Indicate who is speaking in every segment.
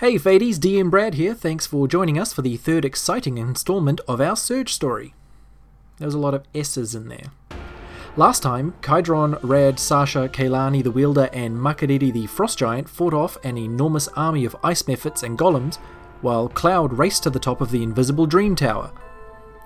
Speaker 1: Hey Fades, DM Brad here. Thanks for joining us for the third exciting installment of our Surge story. There was a lot of S's in there. Last time, Kydron, Rad, Sasha, Kailani the Wielder, and Makariri the Frost Giant fought off an enormous army of ice mephits and golems, while Cloud raced to the top of the invisible Dream Tower.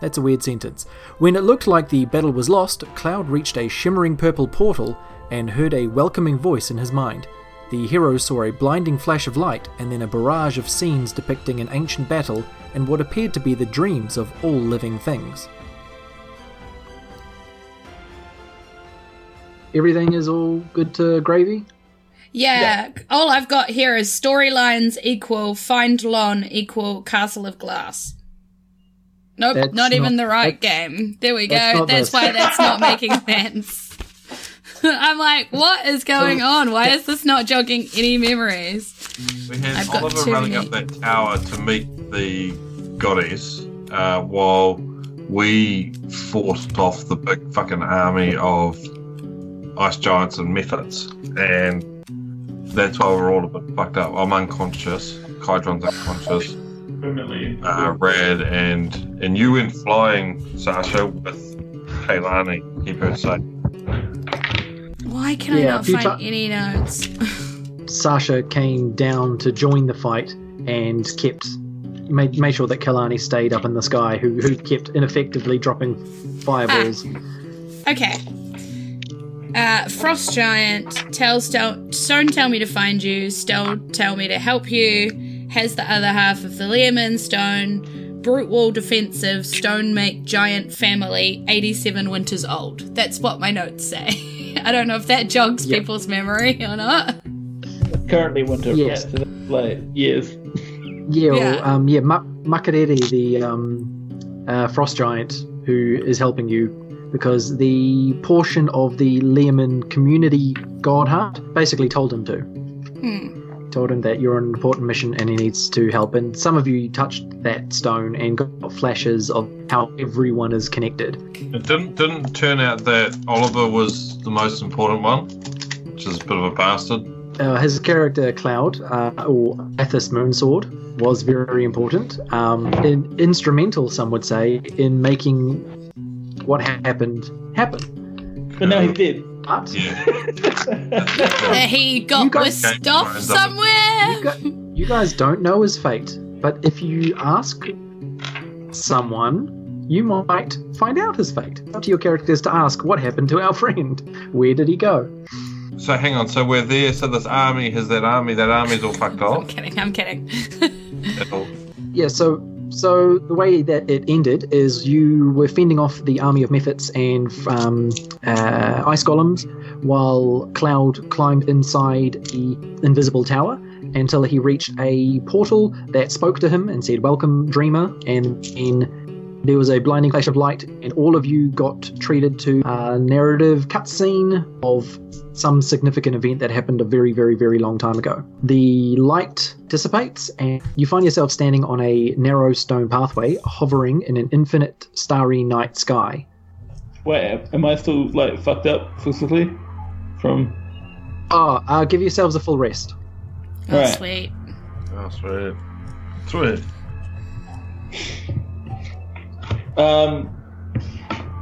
Speaker 1: That's a weird sentence. When it looked like the battle was lost, Cloud reached a shimmering purple portal and heard a welcoming voice in his mind. The hero saw a blinding flash of light and then a barrage of scenes depicting an ancient battle and what appeared to be the dreams of all living things. Everything is all good to gravy?
Speaker 2: Yeah. All I've got here is storylines equal find Lon equal Castle of Glass. Nope,
Speaker 1: That's
Speaker 2: not even
Speaker 1: not-
Speaker 2: the right game. There we
Speaker 1: that's
Speaker 2: go.
Speaker 1: not
Speaker 2: That's
Speaker 1: this.
Speaker 2: why that's not making sense. I'm like, what is going on? Why is this not jogging any memories?
Speaker 3: We had
Speaker 2: I've got
Speaker 3: Oliver
Speaker 2: too
Speaker 3: running
Speaker 2: many.
Speaker 3: up that tower to meet the goddess uh, while we fought off the big fucking army of ice giants and methods. And that's why we're all a bit fucked up. I'm unconscious. Kydron's unconscious.
Speaker 4: Permanently.
Speaker 3: Uh, Rad and and you went flying, Sasha, with Kaylani, keep her safe.
Speaker 2: Why can
Speaker 1: Yeah,
Speaker 2: I not
Speaker 1: if you
Speaker 2: find
Speaker 1: try-
Speaker 2: any notes?
Speaker 1: Sasha came down to join the fight and kept made, made sure that Kalani stayed up in the sky, who, who kept ineffectively dropping fireballs.
Speaker 2: Okay. Uh, Frost Giant tells Del- Stone tell me to find you. Stone tell me to help you. Has the other half of the Learman Stone. Brute Wall Defensive. Stone make Giant Family. 87 winters old. That's what my notes say. I don't know if that jogs
Speaker 1: Yeah.
Speaker 2: people's memory or not.
Speaker 4: Currently winter
Speaker 1: Yeah.
Speaker 4: rest of the play. Yes.
Speaker 1: Yeah, well,
Speaker 2: Yeah.
Speaker 1: um, yeah. Ma- Makariri, the um, uh, frost giant, who is helping you because the portion of the Leoman community god heart basically told him to.
Speaker 2: Hmm.
Speaker 1: Told him that you're on an important mission and he needs to help. And some of you touched that stone and got flashes of how everyone is connected.
Speaker 3: It didn't didn't turn out that Oliver was the most important one, which is a bit of a bastard.
Speaker 1: Uh, his character Cloud, uh, or Athos Moonsword, was very important. Um, in, instrumental, some would say, in making what happened happen.
Speaker 4: But now he's dead.
Speaker 1: But
Speaker 3: Yeah.
Speaker 2: That he got
Speaker 1: guys-
Speaker 2: whisked off
Speaker 3: Okay.
Speaker 1: you,
Speaker 2: somewhere.
Speaker 1: gu- you guys don't know his fate, but if you ask someone, you might find out his fate. Up to your characters to ask what happened to our friend. Where did he go?
Speaker 3: So hang on. So we're there. So this army has that army. That army's all fucked
Speaker 2: I'm
Speaker 3: off.
Speaker 2: kidding. I'm kidding. Oh,
Speaker 3: It'll-
Speaker 1: Yeah, so so the way that it ended is you were fending off the army of mephits and um, uh, ice golems while Cloud climbed inside the invisible tower until he reached a portal that spoke to him and said, "Welcome, dreamer." And then there was a blinding flash of light, and all of you got treated to a narrative cutscene of some significant event that happened a very, very, very long time ago. The light dissipates, and you find yourself standing on a narrow stone pathway, hovering in an infinite starry night sky.
Speaker 4: Wait, am I still like fucked up physically? From
Speaker 1: Ah, uh, give yourselves a full rest.
Speaker 2: Oh,
Speaker 4: Alright.
Speaker 2: sweet.
Speaker 3: Oh, sweet. Sweet.
Speaker 4: um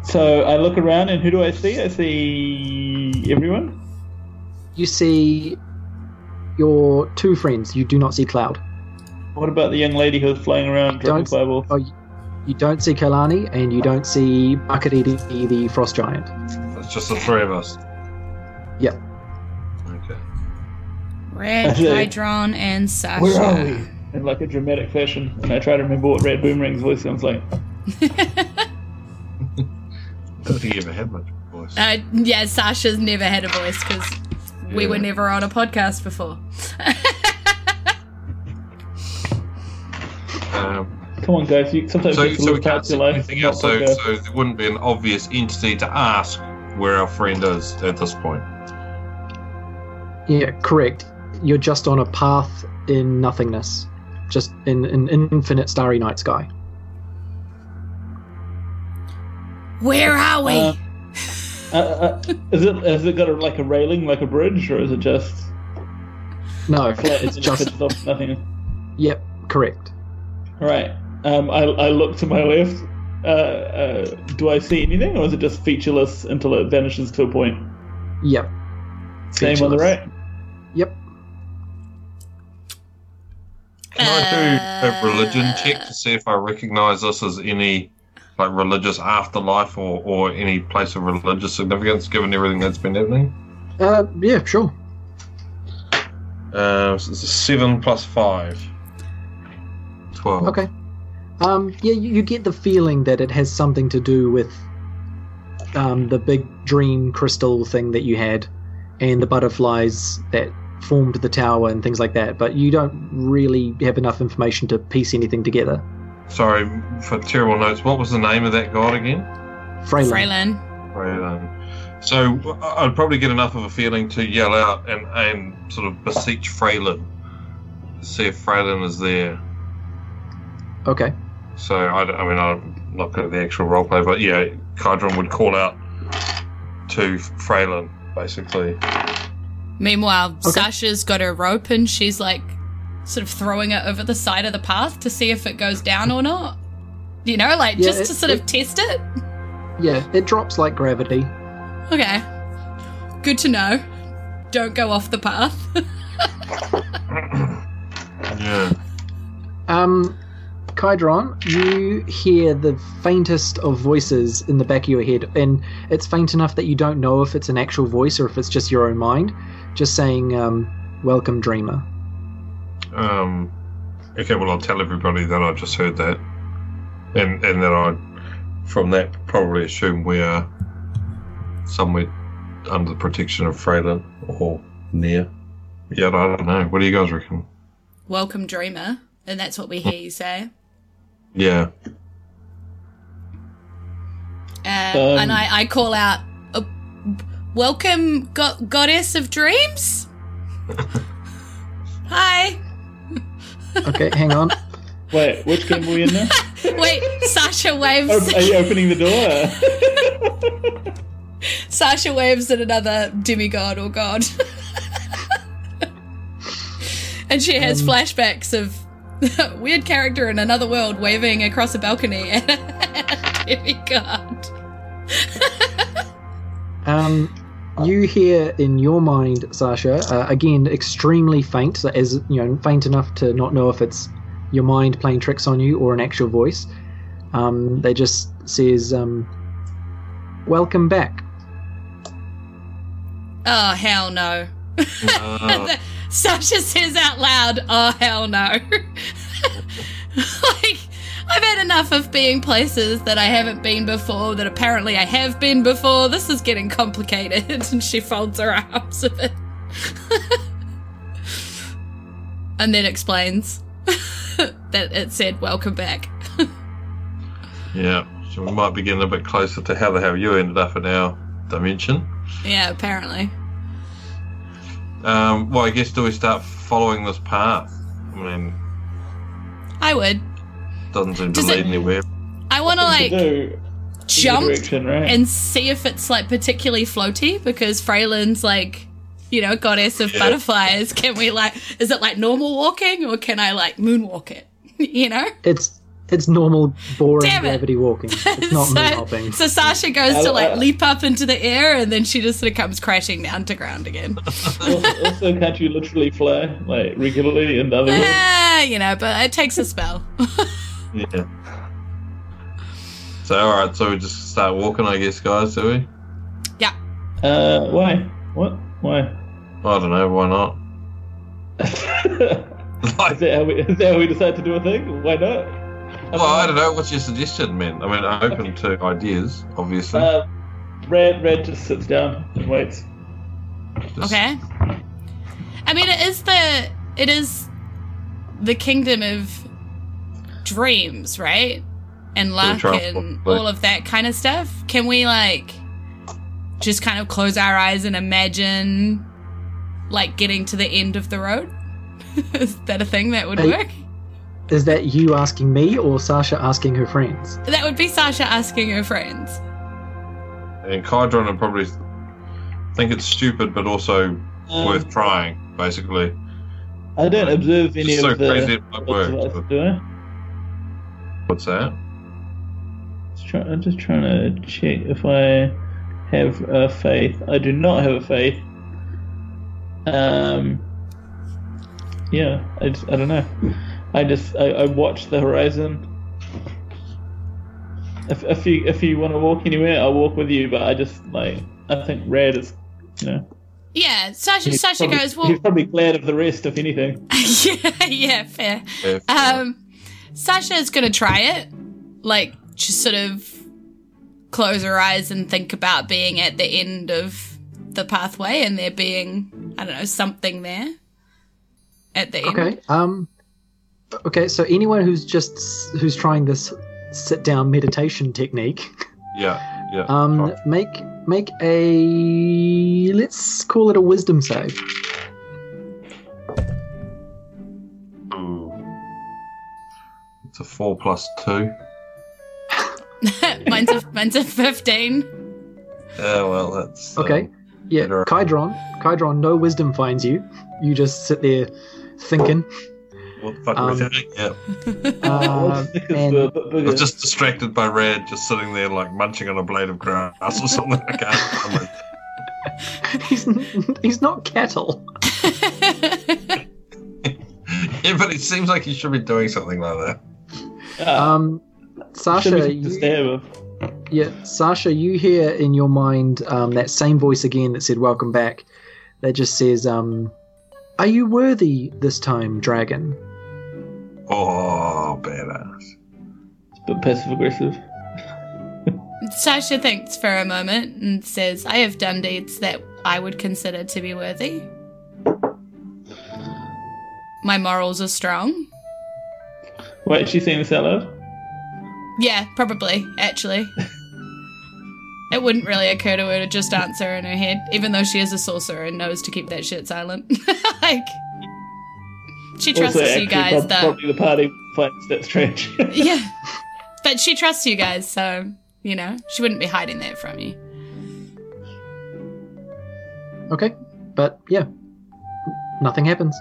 Speaker 4: so I look around and who do I see? I see everyone?
Speaker 1: You see your two friends. You do not see Cloud.
Speaker 4: What about the young lady who was flying around dropping
Speaker 1: Don't-
Speaker 4: fireballs?
Speaker 1: Oh, you- you don't see Kalani, and you don't see Makariri, the frost giant.
Speaker 3: It's just the three of us.
Speaker 1: Yeah.
Speaker 3: Okay.
Speaker 2: Red,
Speaker 4: Okay.
Speaker 2: Hydron, and Sasha.
Speaker 4: Where are we? In like a dramatic fashion. And I try to remember what Red Boomerang's voice sounds like.
Speaker 3: I don't think you ever had much voice.
Speaker 2: Uh, yeah, Sasha's never had a voice because we
Speaker 3: Yeah.
Speaker 2: were never on a podcast before.
Speaker 3: Um,
Speaker 4: Come on guys, you sometimes
Speaker 3: so,
Speaker 4: you have to
Speaker 3: so we
Speaker 4: live
Speaker 3: can't
Speaker 4: parts of
Speaker 3: see
Speaker 4: your life.
Speaker 3: anything else. So,
Speaker 4: Okay.
Speaker 3: so there wouldn't be an obvious entity to ask where our friend is at this point.
Speaker 1: Yeah, correct. You're just on a path in nothingness, just in an in, infinite starry night sky.
Speaker 2: Where are we?
Speaker 4: Uh, Uh, uh, is it has it got a, like a railing, like a bridge, or is it just
Speaker 1: No,
Speaker 4: flat?
Speaker 1: it's
Speaker 4: and it
Speaker 1: just
Speaker 4: pitches off nothing.
Speaker 1: Yep, correct.
Speaker 4: All right. Um, I, I look to my left. Uh, uh, do I see anything, or is it just featureless until it vanishes to a point?
Speaker 1: Yep.
Speaker 4: Same on the
Speaker 1: Featureless.
Speaker 4: right.
Speaker 1: Yep.
Speaker 3: Can I do a religion check
Speaker 2: Uh,
Speaker 3: to see if I recognize this as any like religious afterlife or, or any place of religious significance given everything that's been happening?
Speaker 1: Uh, yeah, sure.
Speaker 3: Uh, so it's a seven plus five. Twelve.
Speaker 1: Okay. Um, yeah, you, you get the feeling that it has something to do with um, the big dream crystal thing that you had and the butterflies that formed the tower and things like that, but you don't really have enough information to piece anything together.
Speaker 3: Sorry for terrible notes. What was the name of that god again?
Speaker 1: Freyland.
Speaker 2: Freyland.
Speaker 3: Right, um, So I- I'd probably get enough of a feeling to yell out and, and sort of beseech Freylin. See if Freylin is there.
Speaker 1: Okay.
Speaker 3: So I, don't- I mean, I'm not good at the actual roleplay, but yeah, Kydron would call out to Freylin, basically.
Speaker 2: Meanwhile,
Speaker 1: Okay.
Speaker 2: Sasha's got her rope and she's like sort of throwing it over the side of the path to see if it goes down or not. You know, like
Speaker 1: Yeah,
Speaker 2: just
Speaker 1: it-
Speaker 2: to sort of test it.
Speaker 1: Yeah, it drops like gravity.
Speaker 2: Okay. Good to know. Don't go off the path.
Speaker 3: Yeah.
Speaker 1: Um, Kydron, you hear the faintest of voices in the back of your head, and it's faint enough that you don't know if it's an actual voice or if it's just your own mind, just saying, um, Welcome, dreamer.
Speaker 3: Um, okay, well, I'll tell everybody that I just heard that, and and that I, from that, probably assume we are somewhere under the protection of Freylin or near. Yeah, I don't know. What do you guys reckon?
Speaker 2: Welcome, dreamer. And that's what we hear you say.
Speaker 3: Yeah,
Speaker 2: Uh, and I, I call out, uh, Welcome, go- goddess of dreams. Hi.
Speaker 1: Okay, hang on.
Speaker 4: Wait, which game are we in now?
Speaker 2: Wait, Sasha waves.
Speaker 4: Oh, are you opening the door?
Speaker 2: Sasha waves at another demigod or god. and she has
Speaker 1: Um,
Speaker 2: flashbacks of a weird character in another world waving across a balcony at a demigod.
Speaker 1: Um, you hear in your mind, Sasha, uh, again, extremely faint, so as you know, faint enough to not know if it's your mind playing tricks on you or an actual voice. Um, they just says, um, "Welcome back."
Speaker 2: Oh, hell no.
Speaker 3: No.
Speaker 2: Sasha says out loud, oh, hell no. like, I've had enough of being places that I haven't been before, that apparently I have been before. This is getting complicated. And she folds her arms a bit. and then explains that it said, welcome back.
Speaker 3: yeah. So we might be getting a bit closer to how the hell you ended up in our dimension.
Speaker 2: Yeah, apparently.
Speaker 3: Um, well, I guess do we start following this path? I mean,
Speaker 2: I would.
Speaker 3: doesn't seem to
Speaker 2: Does
Speaker 3: lead
Speaker 2: it-
Speaker 3: anywhere.
Speaker 2: I want to,
Speaker 4: To
Speaker 2: like,
Speaker 4: do
Speaker 2: jump
Speaker 4: direction, right?
Speaker 2: and see if it's like particularly floaty because Freylin's like, you know, goddess of
Speaker 3: Yeah.
Speaker 2: butterflies. Can we like, is it like normal walking or can I like moonwalk it? you know?
Speaker 1: It's it's normal, boring
Speaker 2: Damn it.
Speaker 1: gravity walking. It's not moon hopping.
Speaker 2: so Sasha goes
Speaker 4: I-
Speaker 2: to like
Speaker 4: I-
Speaker 2: leap up into the air and then she just sort of comes crashing down to ground again.
Speaker 4: also, also, can't you literally fly like regularly in the other world?
Speaker 2: Ah, you know, but it takes a spell.
Speaker 3: Yeah. So all right, so we just start walking, I guess, guys. Do we?
Speaker 4: Uh, why? What? Why?
Speaker 3: I don't know. Why not?
Speaker 4: is,
Speaker 3: like,
Speaker 4: that how we, is that how we decide to do a thing? Why not?
Speaker 3: well, I don't know. What's your suggestion, man? I mean, I'm open to ideas, obviously.
Speaker 4: Uh, Red, Red just sits down and waits.
Speaker 3: Just-
Speaker 2: Okay. I mean, it is the it is the kingdom of dreams, right? And luck
Speaker 3: travel,
Speaker 2: and
Speaker 3: like-
Speaker 2: all of that kind of stuff. Can we like just kind of close our eyes and imagine like getting to the end of the road? is that a thing that would
Speaker 1: Hey.
Speaker 2: work?
Speaker 1: Is that you asking me or Sasha asking her friends?
Speaker 2: That would be Sasha asking her friends.
Speaker 3: And Kydron would probably think it's stupid, but also
Speaker 4: Um,
Speaker 3: worth trying, basically.
Speaker 4: I don't observe any
Speaker 3: It's so
Speaker 4: of the.
Speaker 3: crazy it might work,
Speaker 4: what's-
Speaker 3: but-
Speaker 4: Do I?
Speaker 3: What's that?
Speaker 4: Just try- I'm just trying to check if I have a faith. I do not have a faith. Um. Yeah, I just, I don't know. I just I, I watch the horizon. If, if you if you want to walk anywhere, I'll walk with you. But I just like I think red is, you know.
Speaker 2: Yeah, Sasha.
Speaker 4: he's
Speaker 2: Sasha
Speaker 4: probably-
Speaker 2: goes. Well,
Speaker 4: He's probably glad of the rest, if anything.
Speaker 2: yeah, yeah, fair.
Speaker 3: If, uh,
Speaker 2: Um, Sasha's gonna try it, like just sort of close her eyes and think about being at the end of the pathway and there being, I don't know, something there at the end.
Speaker 1: Okay. Um. Okay. So anyone who's just who's trying this sit down meditation technique,
Speaker 3: yeah, yeah.
Speaker 1: um,
Speaker 3: fuck.
Speaker 1: make make a let's call it a wisdom save.
Speaker 3: Ooh. It's a four plus two.
Speaker 2: mine's a mine's a fifteen.
Speaker 3: Yeah, Oh, well, that's uh,
Speaker 1: Okay. Yeah.
Speaker 3: better-
Speaker 1: Kydron. Kydron. No wisdom finds you. You just sit there thinking.
Speaker 3: What the fuck
Speaker 1: Um,
Speaker 3: was that? Yeah,
Speaker 1: Uh,
Speaker 4: Because
Speaker 1: and-
Speaker 4: we're a bit
Speaker 3: I
Speaker 4: bigger.
Speaker 3: was just distracted by Red just sitting there like munching on a blade of grass or something. I can't remember.
Speaker 1: he's he's not cattle.
Speaker 3: Yeah, but it seems like you should be doing something like that.
Speaker 4: Ah,
Speaker 1: Um,
Speaker 4: should
Speaker 1: Sasha.
Speaker 4: we
Speaker 1: you-
Speaker 4: just stab him?
Speaker 1: Yeah, Sasha, you hear in your mind um, that same voice again that said "Welcome back," that just says, um, "Are you worthy this time, dragon?"
Speaker 3: Oh, badass.
Speaker 4: But passive aggressive.
Speaker 2: Sasha thinks for a moment and says, "I have done deeds that I would consider to be worthy. My morals are strong."
Speaker 4: Wait, she's saying this out loud?
Speaker 2: Yeah, probably, actually. it wouldn't really occur to her to just answer in her head, even though she is a sorcerer and knows to keep that shit silent. like, she trusts
Speaker 4: also,
Speaker 2: you
Speaker 4: actually,
Speaker 2: guys,
Speaker 4: prob-
Speaker 2: though.
Speaker 4: Probably the party finds that strange.
Speaker 2: Yeah. But she trusts you guys, so, you know, she wouldn't be hiding that from you.
Speaker 1: Okay, but yeah, nothing happens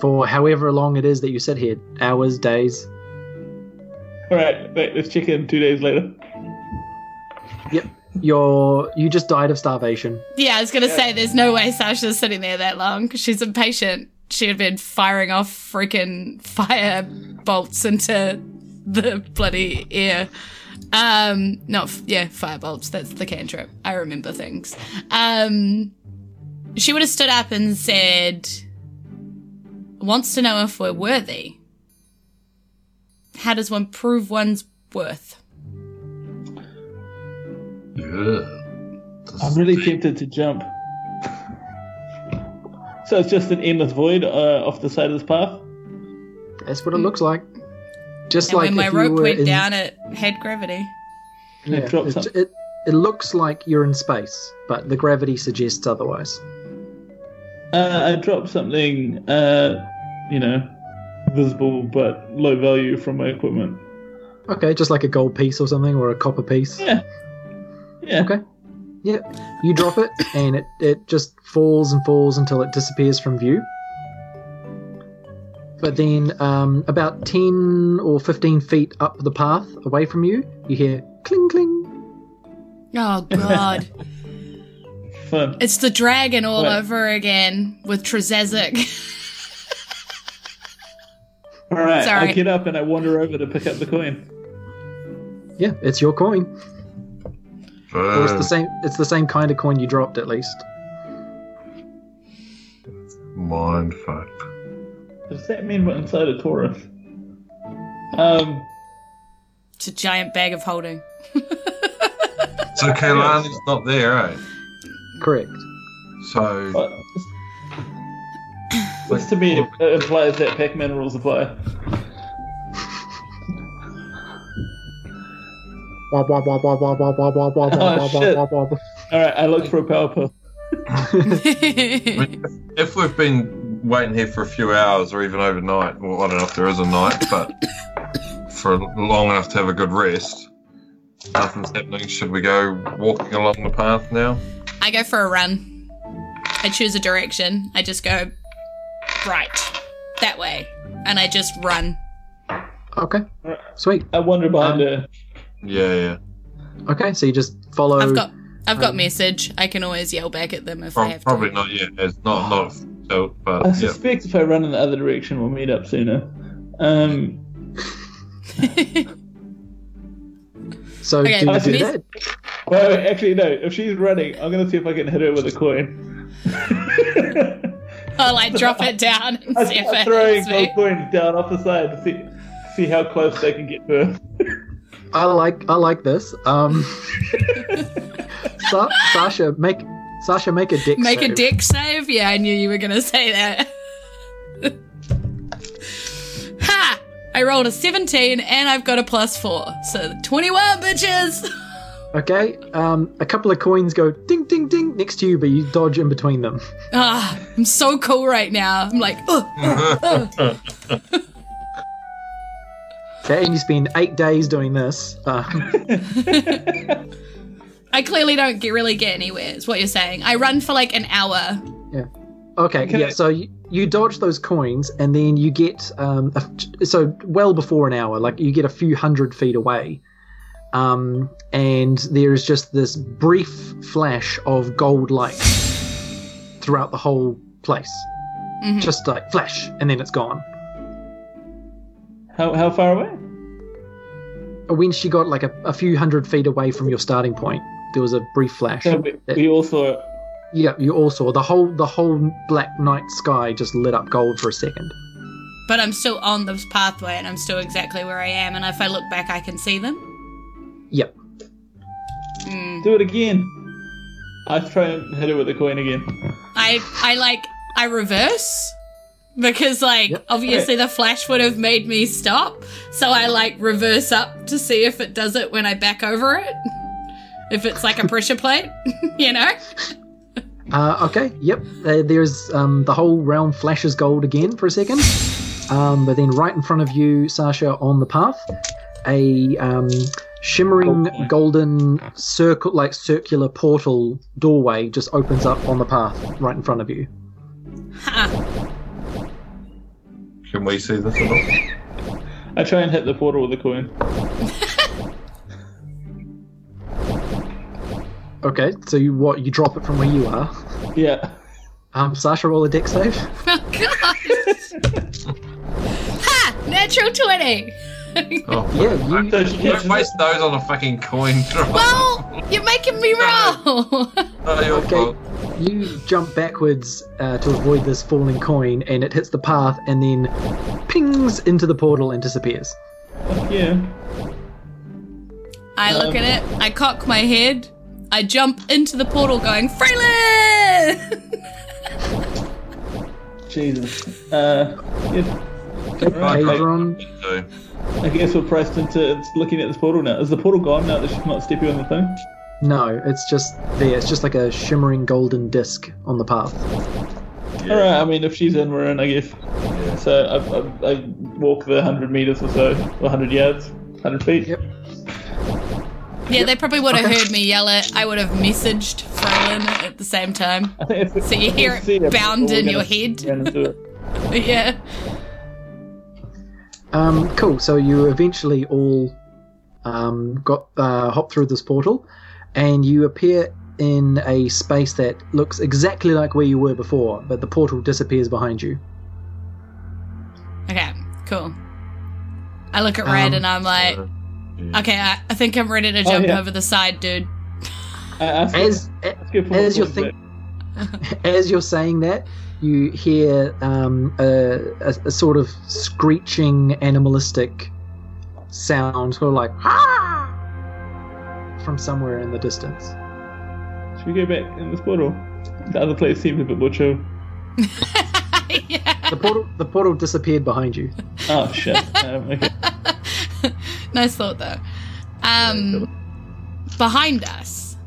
Speaker 1: for however long it is that you sit here, hours, days.
Speaker 4: Alright, wait, let's check in two days later.
Speaker 1: You're you just died of starvation.
Speaker 2: Yeah, I was going to say, there's no way Sasha's sitting there that long 'cause she's impatient. She had been firing off freaking fire bolts into the bloody air. Um, no, f- yeah, fire bolts. That's the cantrip. I remember things. Um, she would have stood up and said, wants to know if we're worthy. How does one prove one's worth?
Speaker 3: Yeah.
Speaker 4: I'm really tempted to jump. so it's just an endless void uh, off the side of this path?
Speaker 1: That's what it looks like. Just
Speaker 2: And
Speaker 1: like
Speaker 2: when my
Speaker 1: if you
Speaker 2: rope
Speaker 1: were
Speaker 2: went
Speaker 1: in-
Speaker 2: down, it had gravity.
Speaker 1: yeah,
Speaker 4: It drops
Speaker 1: it,
Speaker 4: up.
Speaker 1: it it looks like you're in space, but the gravity suggests otherwise.
Speaker 4: Uh, I dropped something, uh, you know, visible but low value from my equipment.
Speaker 1: Okay, just like a gold piece or something, or a copper piece.
Speaker 4: Yeah. Yeah.
Speaker 1: Okay. Yeah, you drop it, and it, it just falls and falls until it disappears from view. But then, um, about 10 or 15 feet up the path away from you, you hear cling cling.
Speaker 2: Oh, God.
Speaker 4: Fun.
Speaker 2: It's the dragon all
Speaker 4: What?
Speaker 2: over again with Trezezic.
Speaker 4: Alright,
Speaker 2: Sorry.
Speaker 4: I get up and I wander over to pick up the coin.
Speaker 1: Yeah, it's your coin. Or it's
Speaker 3: Boom.
Speaker 1: the same. It's the same kind of coin you dropped, at least.
Speaker 3: Mind fuck.
Speaker 4: Does that mean we're inside a Taurus? Um,
Speaker 2: It's a giant bag of holding.
Speaker 3: So Kaylani's not there, right?
Speaker 1: Correct.
Speaker 3: So
Speaker 4: But this to me it implies that Pac-Man rules apply.
Speaker 1: Wah, wah, wah, wah, wah, wah, wah, wah, wah, wah,
Speaker 4: Oh,
Speaker 1: wah, wah,
Speaker 4: shit.
Speaker 1: wah, wah, wah.
Speaker 4: All right, I look for a power puff.
Speaker 2: yeah,
Speaker 3: if we've been waiting here for a few hours or even overnight, well, I don't know if there is a night, but for long enough to have a good rest, nothing's happening. Should we go walking along the path now?
Speaker 2: I go for a run. I choose a direction. I just go right, that way. And I just run.
Speaker 1: Okay. Sweet.
Speaker 4: I wander behind
Speaker 1: Um,
Speaker 4: her.
Speaker 3: Yeah, yeah.
Speaker 1: Okay, so you just follow.
Speaker 2: I've got I've got
Speaker 1: um,
Speaker 2: message. I can always yell back at them if I
Speaker 3: Prob-
Speaker 2: have
Speaker 3: probably
Speaker 2: to.
Speaker 3: not yet. It's not not so, but
Speaker 4: I
Speaker 3: yeah.
Speaker 4: suspect if I run in the other direction, we'll meet up sooner. Um,
Speaker 1: So
Speaker 2: Okay,
Speaker 1: do you
Speaker 4: I've
Speaker 1: do
Speaker 4: missed-
Speaker 1: that?
Speaker 4: well, actually, no. If she's running, I'm gonna see if I can hit her with a coin.
Speaker 2: I'll like drop it down and
Speaker 4: I
Speaker 2: see if
Speaker 4: start
Speaker 2: it
Speaker 4: throwing
Speaker 2: hits me.
Speaker 4: gold coins down off the side to see see how close they can get to her.
Speaker 1: I like I like this. Um, Sa- Sasha, make Sasha make a deck.
Speaker 2: Make a
Speaker 1: save.
Speaker 2: deck save. Yeah, I knew you were gonna say that. ha! I rolled a 17 and I've got a plus four, so 21 bitches.
Speaker 1: Okay. Um, a couple of coins go ding ding ding next to you, but you dodge in between them.
Speaker 2: Ah, I'm so cool right now. I'm like, oh,
Speaker 1: Okay, and you spend eight days doing this. Um,
Speaker 2: I clearly don't get, really get anywhere. Is what you're saying? I run for like an hour.
Speaker 1: okay.
Speaker 4: Can
Speaker 1: yeah.
Speaker 4: I-
Speaker 1: So you, you dodge those coins, and then you get um, a f- so well before an hour, like you get a few hundred feet away. Um, and there is just this brief flash of gold light throughout the whole place.
Speaker 2: Mhm.
Speaker 1: Just like flash, and then it's gone.
Speaker 4: How how far away?
Speaker 1: when she got like a, a few hundred feet away from your starting point there was a brief flash
Speaker 4: So we,
Speaker 1: That-
Speaker 4: we all saw it.
Speaker 1: yeah you all saw the whole the whole black night sky just lit up gold for a second
Speaker 2: But I'm still on this pathway and I'm still exactly where I am. And if I look back, I can see them.
Speaker 1: yep
Speaker 2: Mm.
Speaker 4: Do it again. I try and hit her with a coin again.
Speaker 2: I, I like, I reverse because, like,
Speaker 1: Yep.
Speaker 2: obviously the flash would have made me stop. So I like reverse up to see if it does it when I back over it. If it's like a pressure plate, you know?
Speaker 1: uh, okay yep uh, there's um, the whole realm flashes gold again for a second um, but then right in front of you sasha on the path a um, shimmering
Speaker 4: Gold coin.
Speaker 1: golden circle like circular portal doorway just opens up on the path right in front of you
Speaker 2: Ha.
Speaker 3: Can we see this at all?
Speaker 4: I try and hit the portal with a coin.
Speaker 1: okay so you what you drop it from where you are
Speaker 4: Yeah.
Speaker 1: um, sasha roll a deck save
Speaker 2: Oh, God. ha! Natural 20.
Speaker 3: Oh,
Speaker 1: Yeah, you,
Speaker 4: So she
Speaker 3: Don't
Speaker 4: catches
Speaker 3: waste those on a fucking coin drop.
Speaker 2: Well, you're making me roll.
Speaker 3: Oh, your
Speaker 1: okay.
Speaker 3: fault.
Speaker 1: you jump backwards uh, to avoid this falling coin, and it hits the path and then pings into the portal and disappears.
Speaker 4: it. Yeah.
Speaker 2: I look
Speaker 4: Um,
Speaker 2: at it, I cock my head, I jump into the portal going, Freeland!
Speaker 4: Jesus. Uh, yeah,
Speaker 3: Right,
Speaker 1: Adron,
Speaker 3: So,
Speaker 4: I guess we're priced into looking at this portal now. Is the portal gone now that she's not stepping on the thing?
Speaker 1: no, it's just there. It's just like a shimmering golden disc on the path.
Speaker 3: yeah.
Speaker 4: All right. I mean, if she's in, we're in. I guess.
Speaker 3: Yeah.
Speaker 4: So I, I, I walk the hundred meters or so, or hundred yards, hundred feet.
Speaker 1: Yep.
Speaker 2: Yeah, they probably would have
Speaker 1: Okay.
Speaker 2: heard me yell it. I would have messaged Freeland at the same time.
Speaker 4: I think if,
Speaker 2: So you
Speaker 4: if
Speaker 2: hear
Speaker 4: we
Speaker 2: it
Speaker 4: see a
Speaker 2: bound
Speaker 4: portal,
Speaker 2: in
Speaker 4: we're
Speaker 2: your
Speaker 4: gonna
Speaker 2: head.
Speaker 4: run into it.
Speaker 2: Yeah.
Speaker 1: Um, cool. So you eventually all um, got uh, hop through this portal, and you appear in a space that looks exactly like where you were before, but the portal disappears behind you.
Speaker 2: Okay, cool. I look at Red
Speaker 1: Um, Oh,
Speaker 2: and I'm like,
Speaker 3: so,
Speaker 2: okay, I, I think I'm ready to jump
Speaker 4: yeah.
Speaker 2: over the side, dude.
Speaker 4: I Uh, ask her-
Speaker 1: As
Speaker 4: ask her for
Speaker 1: as
Speaker 4: more
Speaker 1: you think-
Speaker 4: coordinate.
Speaker 1: as you're saying that, you hear um, a, a, a sort of screeching, animalistic sound, sort of like "Ah!" from somewhere in the distance.
Speaker 4: Should we go back in this portal? The other place seems a bit more chill.
Speaker 2: yeah.
Speaker 1: The portal, the portal disappeared behind you.
Speaker 4: Oh shit. um, okay.
Speaker 2: nice thought though. Um, behind us,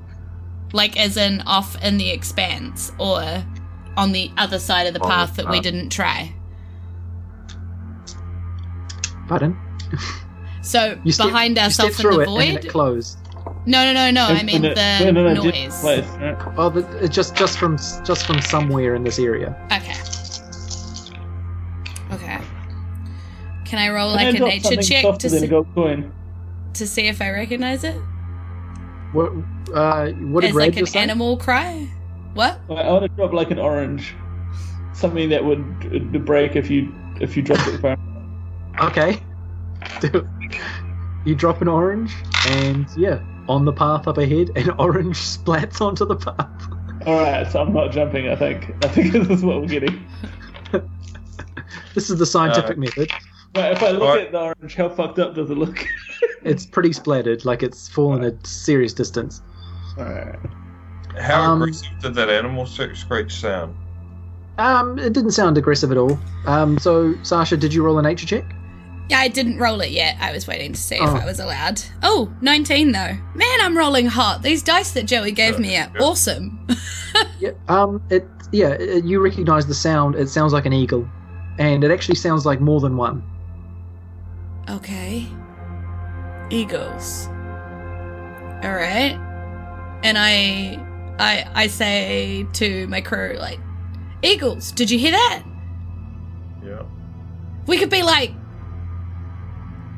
Speaker 2: like as in off in the expanse or on the other side of the
Speaker 1: Oh,
Speaker 3: On the
Speaker 2: path that we
Speaker 1: uh,
Speaker 3: path.
Speaker 2: didn't try.
Speaker 1: Pardon?
Speaker 2: So
Speaker 1: You step-
Speaker 2: behind
Speaker 1: you
Speaker 2: ourselves
Speaker 1: stepped
Speaker 2: in
Speaker 1: through
Speaker 2: the
Speaker 1: it and
Speaker 2: void.
Speaker 1: it closed.
Speaker 2: no, no, no, no. I mean
Speaker 4: Infinite-
Speaker 2: the
Speaker 4: no, no, no, just
Speaker 2: noise.
Speaker 4: place, right?
Speaker 1: Oh, the, it just just from just from somewhere in this area.
Speaker 2: Okay. Can I roll
Speaker 4: Can I
Speaker 2: like a
Speaker 4: drop
Speaker 2: nature
Speaker 4: something
Speaker 2: check
Speaker 4: softer
Speaker 2: to
Speaker 4: than a
Speaker 2: see,
Speaker 4: gold coin?
Speaker 2: to see if I recognize it
Speaker 1: What, uh, what did
Speaker 2: as like
Speaker 1: Red
Speaker 2: an
Speaker 1: just say?
Speaker 2: animal cry? What?
Speaker 4: I, I want to drop like an orange, something that would d- d- break if you if you dropped it far.
Speaker 1: Okay. you drop an orange, and yeah, on the path up ahead, an orange splats onto the path.
Speaker 4: All right, so I'm not jumping. I think I think this is what we're getting.
Speaker 1: This is the scientific
Speaker 3: Uh,
Speaker 1: method.
Speaker 4: Right, if I look
Speaker 3: Alright.
Speaker 4: at the orange, how fucked up does it look?
Speaker 1: It's pretty splattered, like it's fallen a serious distance.
Speaker 4: All right.
Speaker 3: How
Speaker 1: Um,
Speaker 3: aggressive did that animal sc- screech sound?
Speaker 1: Um, it didn't sound aggressive at all. Um, so Sasha, did you roll a nature check?
Speaker 2: Yeah, I didn't roll it yet. I was waiting to see
Speaker 1: Oh.
Speaker 2: if I was allowed. Oh, 19 though. Man, I'm rolling hot. These dice that Joey gave me are
Speaker 3: Yeah.
Speaker 2: awesome.
Speaker 1: Yeah. Um, it yeah, it, you recognise the sound. It sounds like an eagle, and it actually sounds like more than one.
Speaker 2: Okay. Eagles. All right. And I I I say to my crew like, "Eagles, did you hear that?
Speaker 3: Yeah.
Speaker 2: We could be like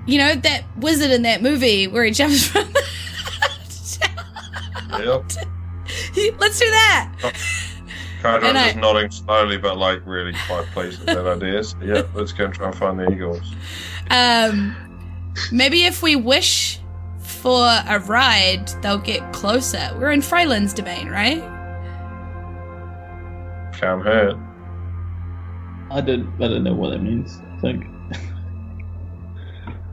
Speaker 2: you know that wizard in that movie where he jumps from
Speaker 3: Yep.
Speaker 2: Let's do that.
Speaker 3: Kaido
Speaker 2: And I-
Speaker 3: is nodding slowly, but like really quite pleased with that idea. So, yeah, let's go and try and find the eagles.
Speaker 2: Um maybe if we wish for a ride, they'll get closer. We're in Freyland's domain, right?
Speaker 3: Can't hurt.
Speaker 4: I did. I don't know what that means. I think.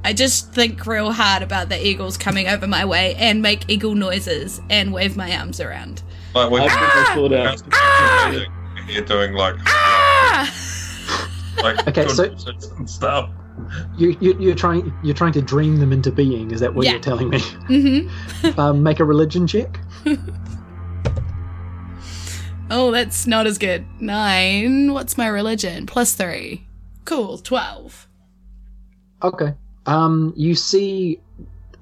Speaker 2: I just think real hard about the eagles coming over my way and make eagle noises and wave my arms around.
Speaker 3: Like when
Speaker 4: I think I thought out.
Speaker 2: Ah!
Speaker 3: you're doing like
Speaker 2: Ah!
Speaker 3: like
Speaker 1: Okay,
Speaker 3: good
Speaker 1: so-
Speaker 3: positions and stuff.
Speaker 1: You, you you're trying you're trying to dream them into being. Is that what
Speaker 2: Yeah.
Speaker 1: you're telling me?
Speaker 2: hmm
Speaker 1: um, make a religion check.
Speaker 2: Oh, that's not as good. Nine. What's my religion? Plus three. Cool. Twelve.
Speaker 1: Okay. Um, you see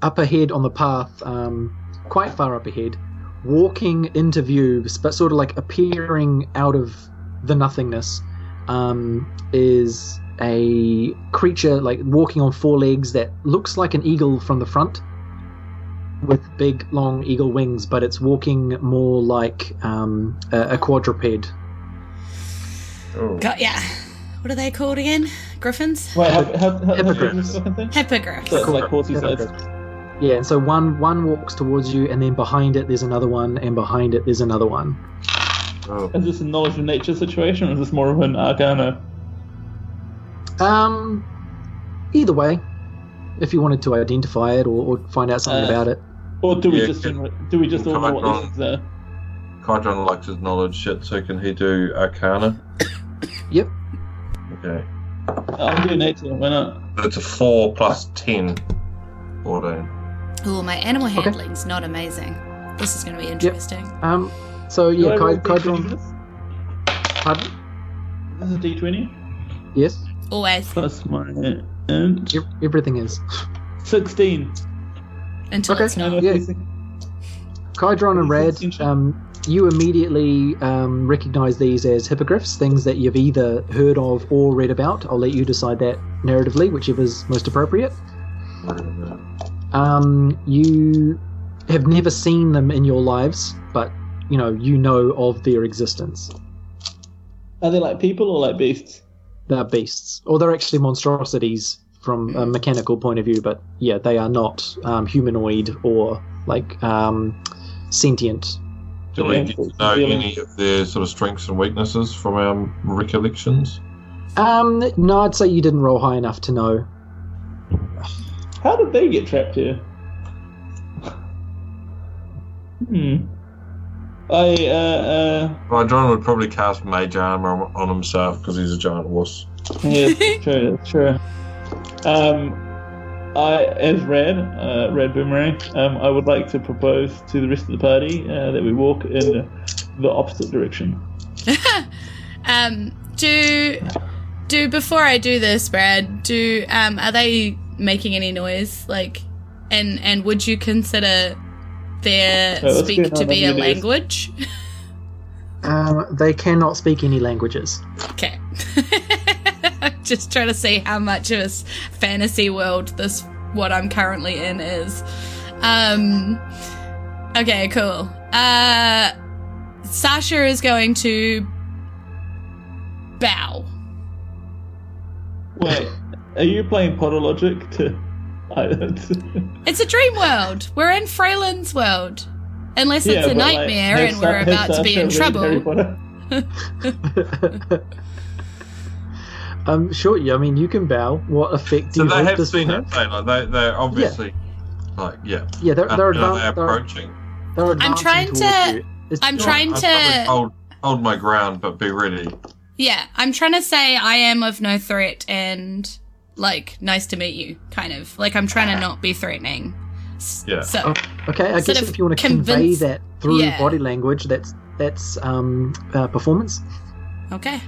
Speaker 1: up ahead on the path, um, quite far up ahead, walking into view, but sort of like appearing out of the nothingness, um, is a creature like walking on four legs that looks like an eagle from the front with big long eagle wings but it's walking more like um, a, a quadruped
Speaker 3: Ooh.
Speaker 2: Got yeah. What are they called again? Griffins?
Speaker 4: Wait, how, how, how, how big
Speaker 1: Hypocrites.
Speaker 4: is this fucking thing?
Speaker 2: Hippogriffs.
Speaker 4: So it's like horsey sides.
Speaker 1: Yeah, and so one one walks towards you, and then behind it there's another one, and behind it there's another one.
Speaker 3: Oh.
Speaker 4: Is this a knowledge of nature situation, or is this more of an arcana?
Speaker 1: Um, either way, if you wanted to identify it or, or find out something
Speaker 4: Uh,
Speaker 1: about it,
Speaker 4: Or do we
Speaker 3: Yeah,
Speaker 4: just
Speaker 3: can-
Speaker 4: gener- do we just
Speaker 3: can
Speaker 4: all know
Speaker 3: I
Speaker 4: what
Speaker 3: roll?
Speaker 4: these things are?
Speaker 3: Kydron likes his knowledge shit, so can he do Arcana?
Speaker 1: Yep.
Speaker 3: Okay.
Speaker 4: I'll do uh, nature. Why not?
Speaker 3: That's a 4 plus 10. 14.
Speaker 2: Oh, my animal
Speaker 1: Okay.
Speaker 2: handling's not amazing. This is going to be interesting.
Speaker 1: um, so
Speaker 4: Do I
Speaker 1: yeah,
Speaker 4: roll
Speaker 1: Kai-
Speaker 4: D20 for
Speaker 1: Kydron,
Speaker 4: this?
Speaker 1: pardon?
Speaker 4: This is D20
Speaker 1: yes,
Speaker 2: Always
Speaker 4: plus my and
Speaker 1: ev- everything is.
Speaker 4: sixteen.
Speaker 2: until
Speaker 1: Okay.
Speaker 2: it's
Speaker 4: Can I
Speaker 2: not.
Speaker 4: look
Speaker 1: Yeah.
Speaker 4: these things?
Speaker 1: Kydron and
Speaker 4: Is this
Speaker 1: Rad,
Speaker 4: interesting?
Speaker 1: um, you immediately um, recognize these as hippogriffs, things that you've either heard of or read about. I'll let you decide that narratively, whichever's most appropriate. Um, you have never seen them in your lives, but you know you know of their existence.
Speaker 4: Are they like people or like beasts?
Speaker 1: They're beasts, or they're actually monstrosities from a mechanical point of view. But yeah, they are not um, humanoid or like um, sentient.
Speaker 3: Do we need to know any of their sort of strengths and weaknesses from our recollections?
Speaker 1: Um, no, I'd say you didn't roll high enough to know.
Speaker 4: How did they get trapped here? Hmm. I uh
Speaker 3: Kydron would probably cast Mage Armor on- on himself because he's a giant wuss.
Speaker 4: uh yeah, true, that's true. Um I as Red, uh, Red Boomerang, um, I would like to propose to the rest of the party uh, that we walk in the opposite direction.
Speaker 2: Um, do do before I do this, Brad? Do um, are they making any noise? Like, and and would you consider their
Speaker 4: Uh, let's
Speaker 2: speak
Speaker 4: get
Speaker 2: to
Speaker 4: on
Speaker 2: be a
Speaker 4: with this.
Speaker 2: language?
Speaker 1: Um, they cannot speak any languages.
Speaker 2: okay. just trying to see how much of a s- fantasy world this what I'm currently in is. Um, okay, cool. Uh, Sasha is going to bow.
Speaker 4: Wait, are you playing Podologic to islands?
Speaker 2: It's a dream world. We're in Freyland's world, unless it's a nightmare and we're about to be in trouble.
Speaker 1: Um, sure. Yeah, I mean, you can bow. What effect do
Speaker 3: So
Speaker 1: you
Speaker 3: they
Speaker 1: hope
Speaker 3: have
Speaker 1: this
Speaker 3: seen
Speaker 1: will
Speaker 3: it. They, like, they, they're obviously, like, yeah.
Speaker 1: have? Yeah, they're
Speaker 3: Uh,
Speaker 1: they're,
Speaker 3: you know, they're
Speaker 1: advan- they're,
Speaker 3: approaching.
Speaker 1: they're advancing
Speaker 2: trying
Speaker 1: towards
Speaker 2: to-
Speaker 1: you. It's-
Speaker 2: I'm trying
Speaker 3: I'd probably
Speaker 2: to.
Speaker 3: hold, hold my ground, but be ready.
Speaker 2: Yeah, I'm trying to say I am of no threat and like nice to meet you, kind of. Like I'm trying to not be threatening. S-
Speaker 3: Yeah.
Speaker 2: So
Speaker 1: Oh, Okay, I
Speaker 2: sort
Speaker 1: guess
Speaker 2: of
Speaker 1: if you want to convey
Speaker 2: convince-
Speaker 1: that through
Speaker 2: Yeah.
Speaker 1: body language, that's that's um, uh, performance.
Speaker 2: okay,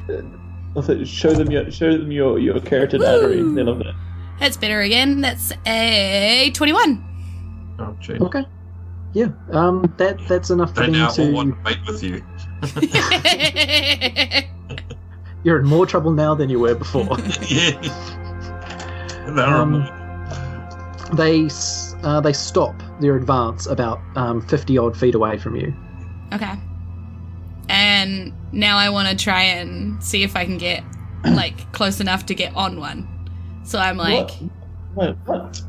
Speaker 4: Also, show them your show them your your character diary. They love that.
Speaker 2: that's better again. That's a twenty-one.
Speaker 3: Oh, gee.
Speaker 1: Okay. Yeah. Um. That that's enough for
Speaker 3: They
Speaker 1: them
Speaker 3: now all
Speaker 1: to.
Speaker 3: want to mate with you.
Speaker 1: You're in more trouble now than you were before.
Speaker 3: yeah.
Speaker 1: Um,
Speaker 3: Um,
Speaker 1: they s- uh, they stop their advance about um, fifty odd feet away from you.
Speaker 2: okay. And now I want to try and see if I can get like close enough to get on one. So I'm like,
Speaker 4: What? Wait, what?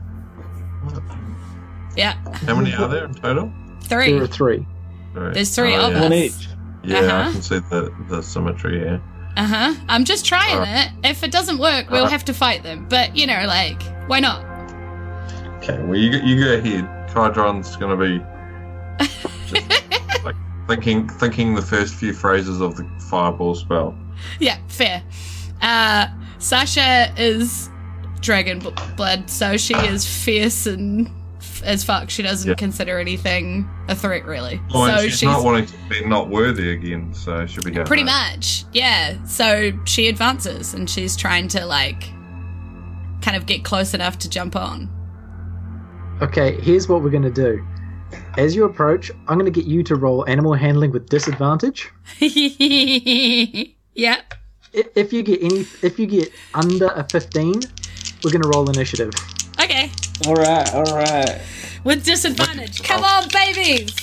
Speaker 2: yeah,
Speaker 3: How many are there in total?
Speaker 2: three.
Speaker 1: There are three.
Speaker 3: Alright.
Speaker 2: There's three
Speaker 3: Oh,
Speaker 2: of
Speaker 3: yeah.
Speaker 2: us.
Speaker 4: One each.
Speaker 3: Yeah,
Speaker 2: Uh-huh.
Speaker 3: I can see the, the symmetry here.
Speaker 2: Uh huh. I'm just trying
Speaker 3: Alright.
Speaker 2: it. If it doesn't work, we'll
Speaker 3: Alright.
Speaker 2: have to fight them. But you know, like, why not?
Speaker 3: Okay, well, you, go- you go ahead. Kydron's going to be just, like, thinking thinking the first few phrases of the fireball spell.
Speaker 2: Yeah, fair. Uh, Sasha is dragon bl- blood, so she is fierce and f- as fuck. She doesn't
Speaker 3: Yeah.
Speaker 2: consider anything a threat, really.
Speaker 3: Oh, and
Speaker 2: so
Speaker 3: she's, not wanting to be not worthy again, so she'll be going.
Speaker 2: pretty
Speaker 3: "No."
Speaker 2: much, yeah. So she advances and she's trying to like kind of get close enough to jump on.
Speaker 1: Okay. Here's what we're gonna do. As you approach, I'm gonna get you to roll animal handling with disadvantage.
Speaker 2: yeah.
Speaker 1: I- If you get any, if you get under a fifteen, we're gonna roll initiative.
Speaker 2: Okay.
Speaker 4: All right, all right.
Speaker 2: With disadvantage. Come on, babies!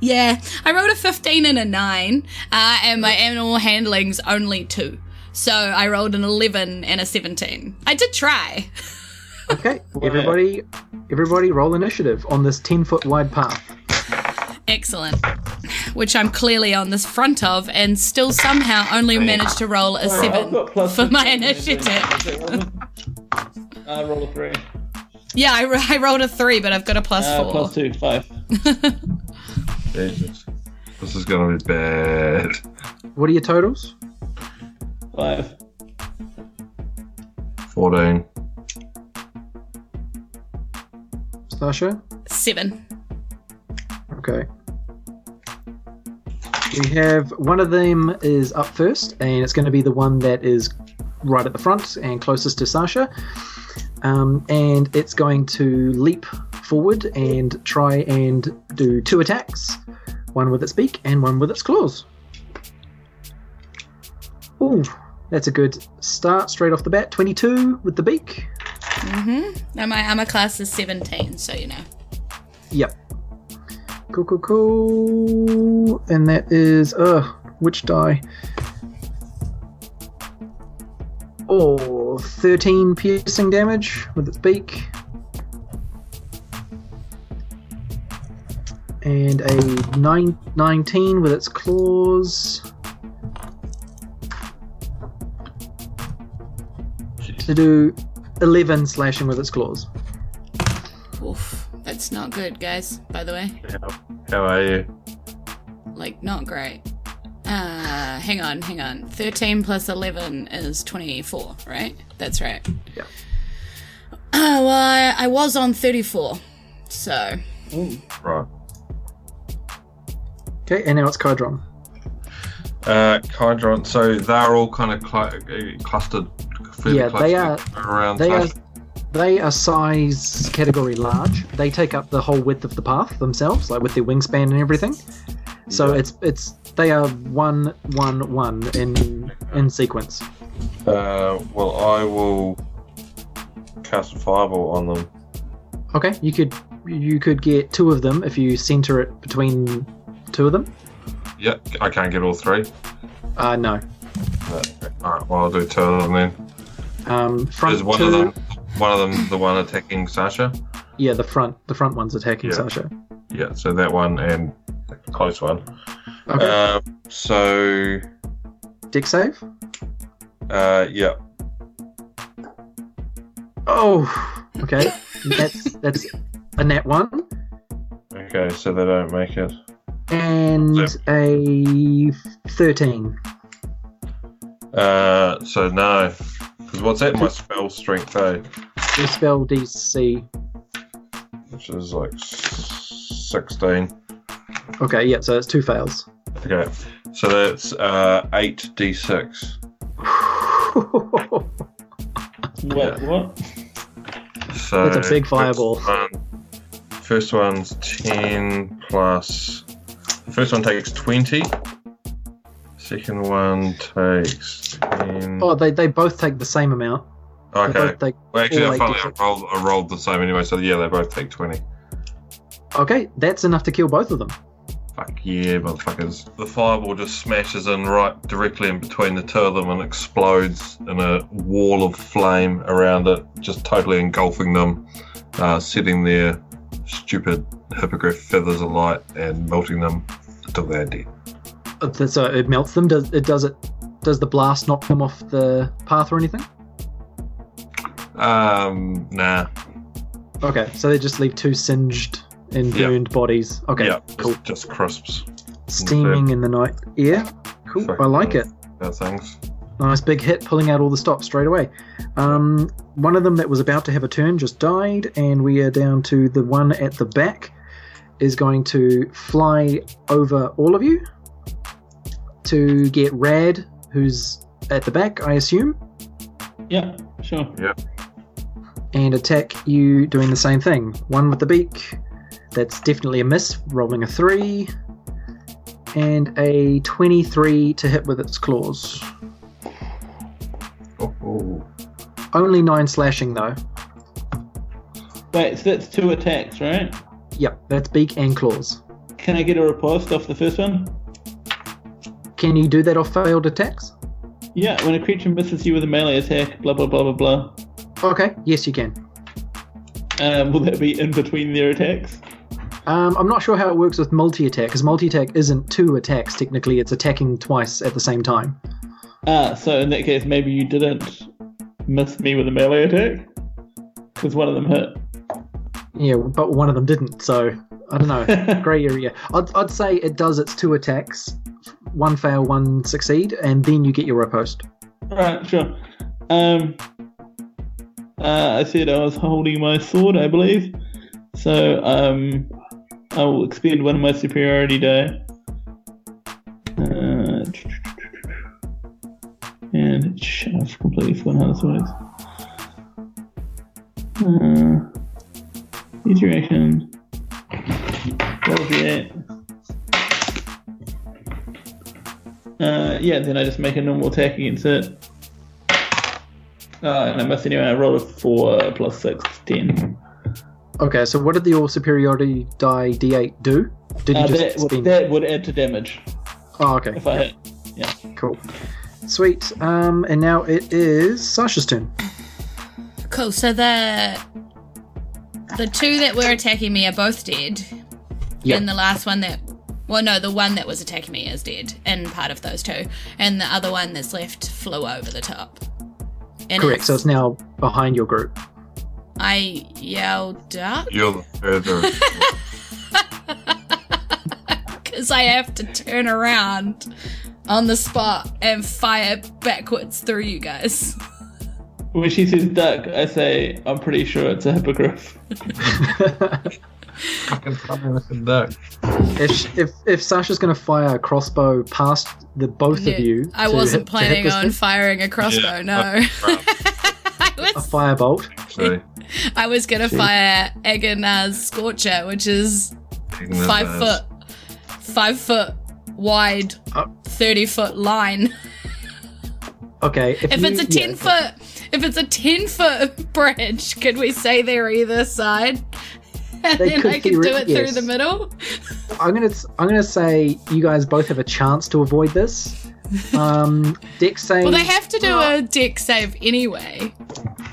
Speaker 2: Yeah, I rolled a 15 and a 9, uh, and my animal handling's only 2. So I rolled an 11 and a 17. I did try.
Speaker 1: Okay. Everybody, everybody, roll initiative on this ten foot wide path.
Speaker 2: Excellent. Which I'm clearly on this front of, and still somehow only managed to roll a 7 for my initiative.
Speaker 4: I Uh, roll a three.
Speaker 2: Yeah, I, ro- I rolled a 3, but I've got a plus
Speaker 4: Uh,
Speaker 2: 4.
Speaker 4: plus two, five.
Speaker 3: Jesus. This is going to be bad.
Speaker 1: What are your totals?
Speaker 4: Five.
Speaker 3: 14.
Speaker 1: Sasha?
Speaker 2: 7.
Speaker 1: Okay. We have one of them is up first, and it's going to be the one that is right at the front and closest to Sasha. Um, and it's going to leap forward and try and do two attacks one with its beak and one with its claws. Ooh, that's a good start straight off the bat. 22 with the beak.
Speaker 2: Now my armor class is 17, so you know.
Speaker 1: Yep. Cool, cool, cool. And that is, uh, which die? Oh, 13 piercing damage with its beak. And a nine, 19 with its claws to do 11 slashing with its claws.
Speaker 2: Oof, that's not good, guys. By the way,
Speaker 3: How, how are you?
Speaker 2: like not great. Uh, hang on, hang on. Thirteen plus eleven is twenty-four, right? That's right.
Speaker 1: Yeah.
Speaker 2: Oh, well, I, I was on thirty-four, so
Speaker 3: Right.
Speaker 1: Okay, and now it's Kydron.
Speaker 3: Uh, Kydron, so they're all kind of cl- uh, clustered. fairly
Speaker 1: Yeah, they
Speaker 3: clustered Around
Speaker 1: They are,
Speaker 3: Sasha.
Speaker 1: they are size category large. They take up the whole width of the path themselves, like with their wingspan and everything. So it's it's They are one, one, one in in sequence.
Speaker 3: Uh, well, I will cast a fireball on them.
Speaker 1: Okay, you could you could get two of them if you center it between two of them.
Speaker 3: Yep, I can't get all three.
Speaker 1: Uh, no.
Speaker 3: All right, well, I'll do two of them then.
Speaker 1: Um, front
Speaker 3: Is one
Speaker 1: two.
Speaker 3: of them one of them the one attacking Sasha?
Speaker 1: Yeah, the front the front one's attacking
Speaker 3: Yeah.
Speaker 1: Sasha.
Speaker 3: Yeah, so that one and the close one.
Speaker 1: Okay,
Speaker 3: Um, so
Speaker 1: deck save.
Speaker 3: uh, yeah,
Speaker 1: Oh, okay. That's that's a net one
Speaker 3: okay, so they don't make it.
Speaker 1: and a thirteen.
Speaker 3: Uh, so no, 'Cause what's that? My spell strength, eh?
Speaker 1: Your spell DC.
Speaker 3: Which is like s- sixteen.
Speaker 1: Okay, yeah, so it's two fails.
Speaker 3: Okay, so that's uh, eight d six.
Speaker 1: that's
Speaker 4: Wait, what?
Speaker 3: So
Speaker 1: a big fireball.
Speaker 3: First, one, first one's ten plus. The first one takes twenty. Second one takes ten.
Speaker 1: Oh, they, they both take the same amount. They
Speaker 3: okay.
Speaker 1: both take-
Speaker 3: Well, actually,
Speaker 1: all
Speaker 3: I
Speaker 1: eight
Speaker 3: finally
Speaker 1: d6.
Speaker 3: I rolled, I rolled the same anyway. So yeah, they both take twenty.
Speaker 1: okay, that's enough to kill both of them.
Speaker 3: Fuck yeah, motherfuckers. The fireball just smashes in right directly in between the two of them and explodes in a wall of flame around it, just totally engulfing them, uh, setting their stupid hippogriff feathers alight and melting them until they're dead.
Speaker 1: Uh, th- So it melts them. Does it? Does it? Does the blast knock them off the path or anything?
Speaker 3: Um, nah.
Speaker 1: Okay, so they just leave two singed and
Speaker 3: Yeah.
Speaker 1: burned bodies. Okay,
Speaker 3: yeah,
Speaker 1: cool.
Speaker 3: just, just crisps.
Speaker 1: Steaming in the night air. Cool. I like it.
Speaker 3: That things.
Speaker 1: Nice big hit, pulling out all the stops straight away. Um, one of them that was about to have a turn just died, and we are down to the one at the back. Is going to fly over all of you to get Rad, who's at the back, I assume,
Speaker 4: Yeah, sure.
Speaker 1: and attack you doing the same thing. One with the beak. That's definitely a miss, rolling a 3. And a 23 to hit with its claws.
Speaker 3: Oh, oh.
Speaker 1: Only 9 slashing though.
Speaker 4: Wait, so that's two attacks, right?
Speaker 1: Yep, that's beak and claws.
Speaker 4: Can I get a riposte off the first one?
Speaker 1: Can you do that off failed attacks?
Speaker 4: Yeah, when a creature misses you with a melee attack, blah blah blah blah blah.
Speaker 1: Okay, yes, you can.
Speaker 4: Um, will that be in between their attacks?
Speaker 1: Um, I'm not sure how it works with multi attack, because multi attack isn't two attacks technically, it's attacking twice at the same time.
Speaker 4: Ah, so in that case, maybe you didn't miss me with a melee attack because one of them hit.
Speaker 1: Yeah, but one of them didn't, so I don't know. grey area. I'd, I'd say it does its two attacks, one fail, one succeed, and then you get your riposte.
Speaker 4: Right, sure. Um, uh, I said I was holding my sword, I believe. So um, I will expend one of my superiority die. Uh, and sh- I've completely forgotten how this works. Uh, iteration. Copy that. Uh, yeah, then I just make a normal attack against it. Uh, and I must anyway, I roll a 4 plus 6, 10.
Speaker 1: Okay, so what did the all superiority die d8 do? Did you
Speaker 4: Uh,
Speaker 1: just
Speaker 4: that, would,
Speaker 1: spend?
Speaker 4: that would add to damage
Speaker 1: Oh, okay,
Speaker 4: if I hit.
Speaker 1: cool, sweet. Um, and now it is Sasha's turn.
Speaker 2: Cool. So the the two that were attacking me are both dead,
Speaker 1: Yeah.
Speaker 2: and the last one that, well, no, the one that was attacking me is dead, and part of those two, and the other one that's left flew over the top. And
Speaker 1: Correct. So it's now behind your group.
Speaker 2: I yelled up
Speaker 3: You're the further.
Speaker 2: because I have to turn around on the spot and fire backwards through you guys.
Speaker 4: When she says duck, I say, I'm pretty sure it's a hippogriff.
Speaker 3: fucking funny looking duck.
Speaker 1: If sh- if if Sasha's going to fire a crossbow past the both
Speaker 2: Yeah,
Speaker 1: of you,
Speaker 2: I
Speaker 1: to
Speaker 2: wasn't
Speaker 1: hit- to hit
Speaker 2: planning
Speaker 1: this
Speaker 2: on
Speaker 1: thing,
Speaker 2: firing a crossbow.
Speaker 3: Yeah.
Speaker 2: No, I
Speaker 1: a
Speaker 2: was
Speaker 1: firebolt.
Speaker 3: Actually,
Speaker 2: I was gonna fire Agonar's Scorcher, which is
Speaker 3: taking this
Speaker 2: five
Speaker 3: as-
Speaker 2: foot, five foot wide
Speaker 1: Uh.
Speaker 2: 30 foot line.
Speaker 1: Okay.
Speaker 2: If
Speaker 1: you-
Speaker 2: it's a
Speaker 1: yeah,
Speaker 2: 10 foot if it's a 10 foot bridge, could we say they're either side? And
Speaker 1: They
Speaker 2: then
Speaker 1: could
Speaker 2: I could do
Speaker 1: theoret-
Speaker 2: it
Speaker 1: yes.
Speaker 2: through the middle?
Speaker 1: I'm gonna I'm gonna say you guys both have a chance to avoid this. Um, Dick saying.
Speaker 2: Well, they have to do a deck save anyway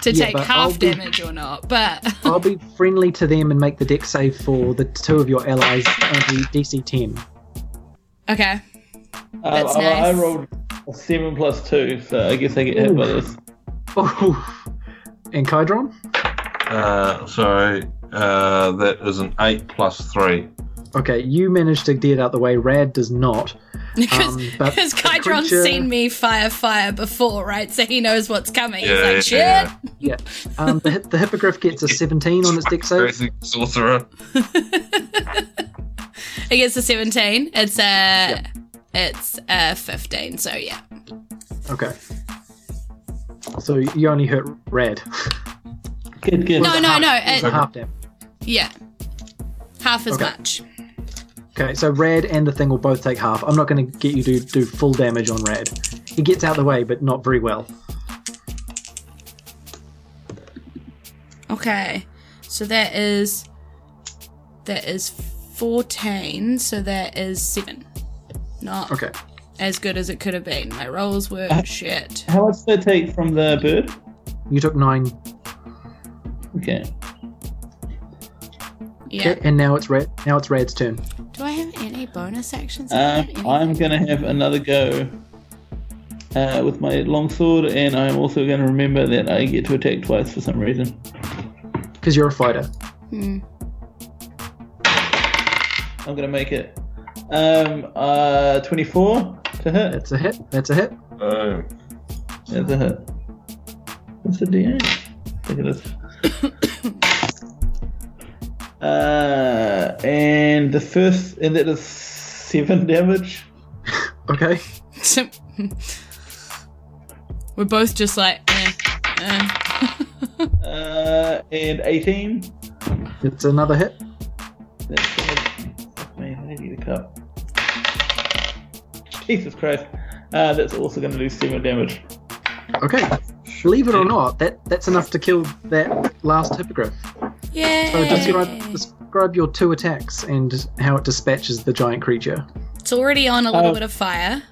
Speaker 2: to
Speaker 1: Yeah,
Speaker 2: take
Speaker 1: but
Speaker 2: half
Speaker 1: I'll be-
Speaker 2: damage or not. But
Speaker 1: I'll be friendly to them and make the deck save for the two of your allies and the DC 10.
Speaker 2: okay,
Speaker 4: Um,
Speaker 2: That's
Speaker 4: I, I
Speaker 2: nice.
Speaker 4: rolled a seven plus two, so I guess I get hit by this.
Speaker 1: Oh, and Kydron?
Speaker 3: Uh, so uh, that is an eight plus three.
Speaker 1: Okay, you managed to get out the way. Rad does not. Um,
Speaker 2: because
Speaker 1: but
Speaker 2: because
Speaker 1: the
Speaker 2: Kydron's
Speaker 1: creature-
Speaker 2: seen me fire fire before, right? So he knows what's coming. He's like, shit.
Speaker 1: Yeah. Um, the, the hippogriff gets a 17 on its deck save.
Speaker 3: Crazy sorcerer.
Speaker 2: It gets a seventeen. It's a it's a fifteen. So yeah,
Speaker 1: Okay. So you only hurt Rad.
Speaker 4: Good, good.
Speaker 2: no, no, no. It,
Speaker 1: So half damage.
Speaker 2: Yeah, half as
Speaker 1: Okay.
Speaker 2: much.
Speaker 1: Okay, so Rad and the thing will both take half. I'm not going to get you to do full damage on Rad. He gets out the way, but not very well.
Speaker 2: Okay, so that is that is fourteen. So that is seven. Not
Speaker 1: Okay. Uh,
Speaker 2: as good as it could have been. My rolls were shit.
Speaker 4: How much do I take from the bird?
Speaker 1: You took nine,
Speaker 4: Okay.
Speaker 2: Yeah.
Speaker 1: and now it's Rad. Now it's Rad's turn.
Speaker 2: Do I have any bonus actions?
Speaker 4: Um,
Speaker 2: Anything?
Speaker 4: I'm gonna have another go uh, with my longsword, and I'm also gonna remember that I get to attack twice for some reason.
Speaker 1: because you're a fighter.
Speaker 2: Hmm.
Speaker 4: I'm gonna make it. Um, uh, 24 to hit.
Speaker 1: That's a hit. That's a hit.
Speaker 3: Oh.
Speaker 4: That's a hit. What's the DM? Look at this. uh, and the first, and that is seven damage.
Speaker 1: Okay.
Speaker 2: So- we're both just like. Eh, eh.
Speaker 4: Uh, and 18.
Speaker 1: It's another hit.
Speaker 4: That's good. Man, I need a cup. Jesus Christ. Uh, that's also going to do seven damage.
Speaker 1: Okay. Believe it or not, that that's enough to kill that last hippogriff.
Speaker 2: Yay!
Speaker 1: So describe describe your two attacks and how it dispatches the giant creature.
Speaker 2: It's already on a little
Speaker 4: Oh.
Speaker 2: bit of fire.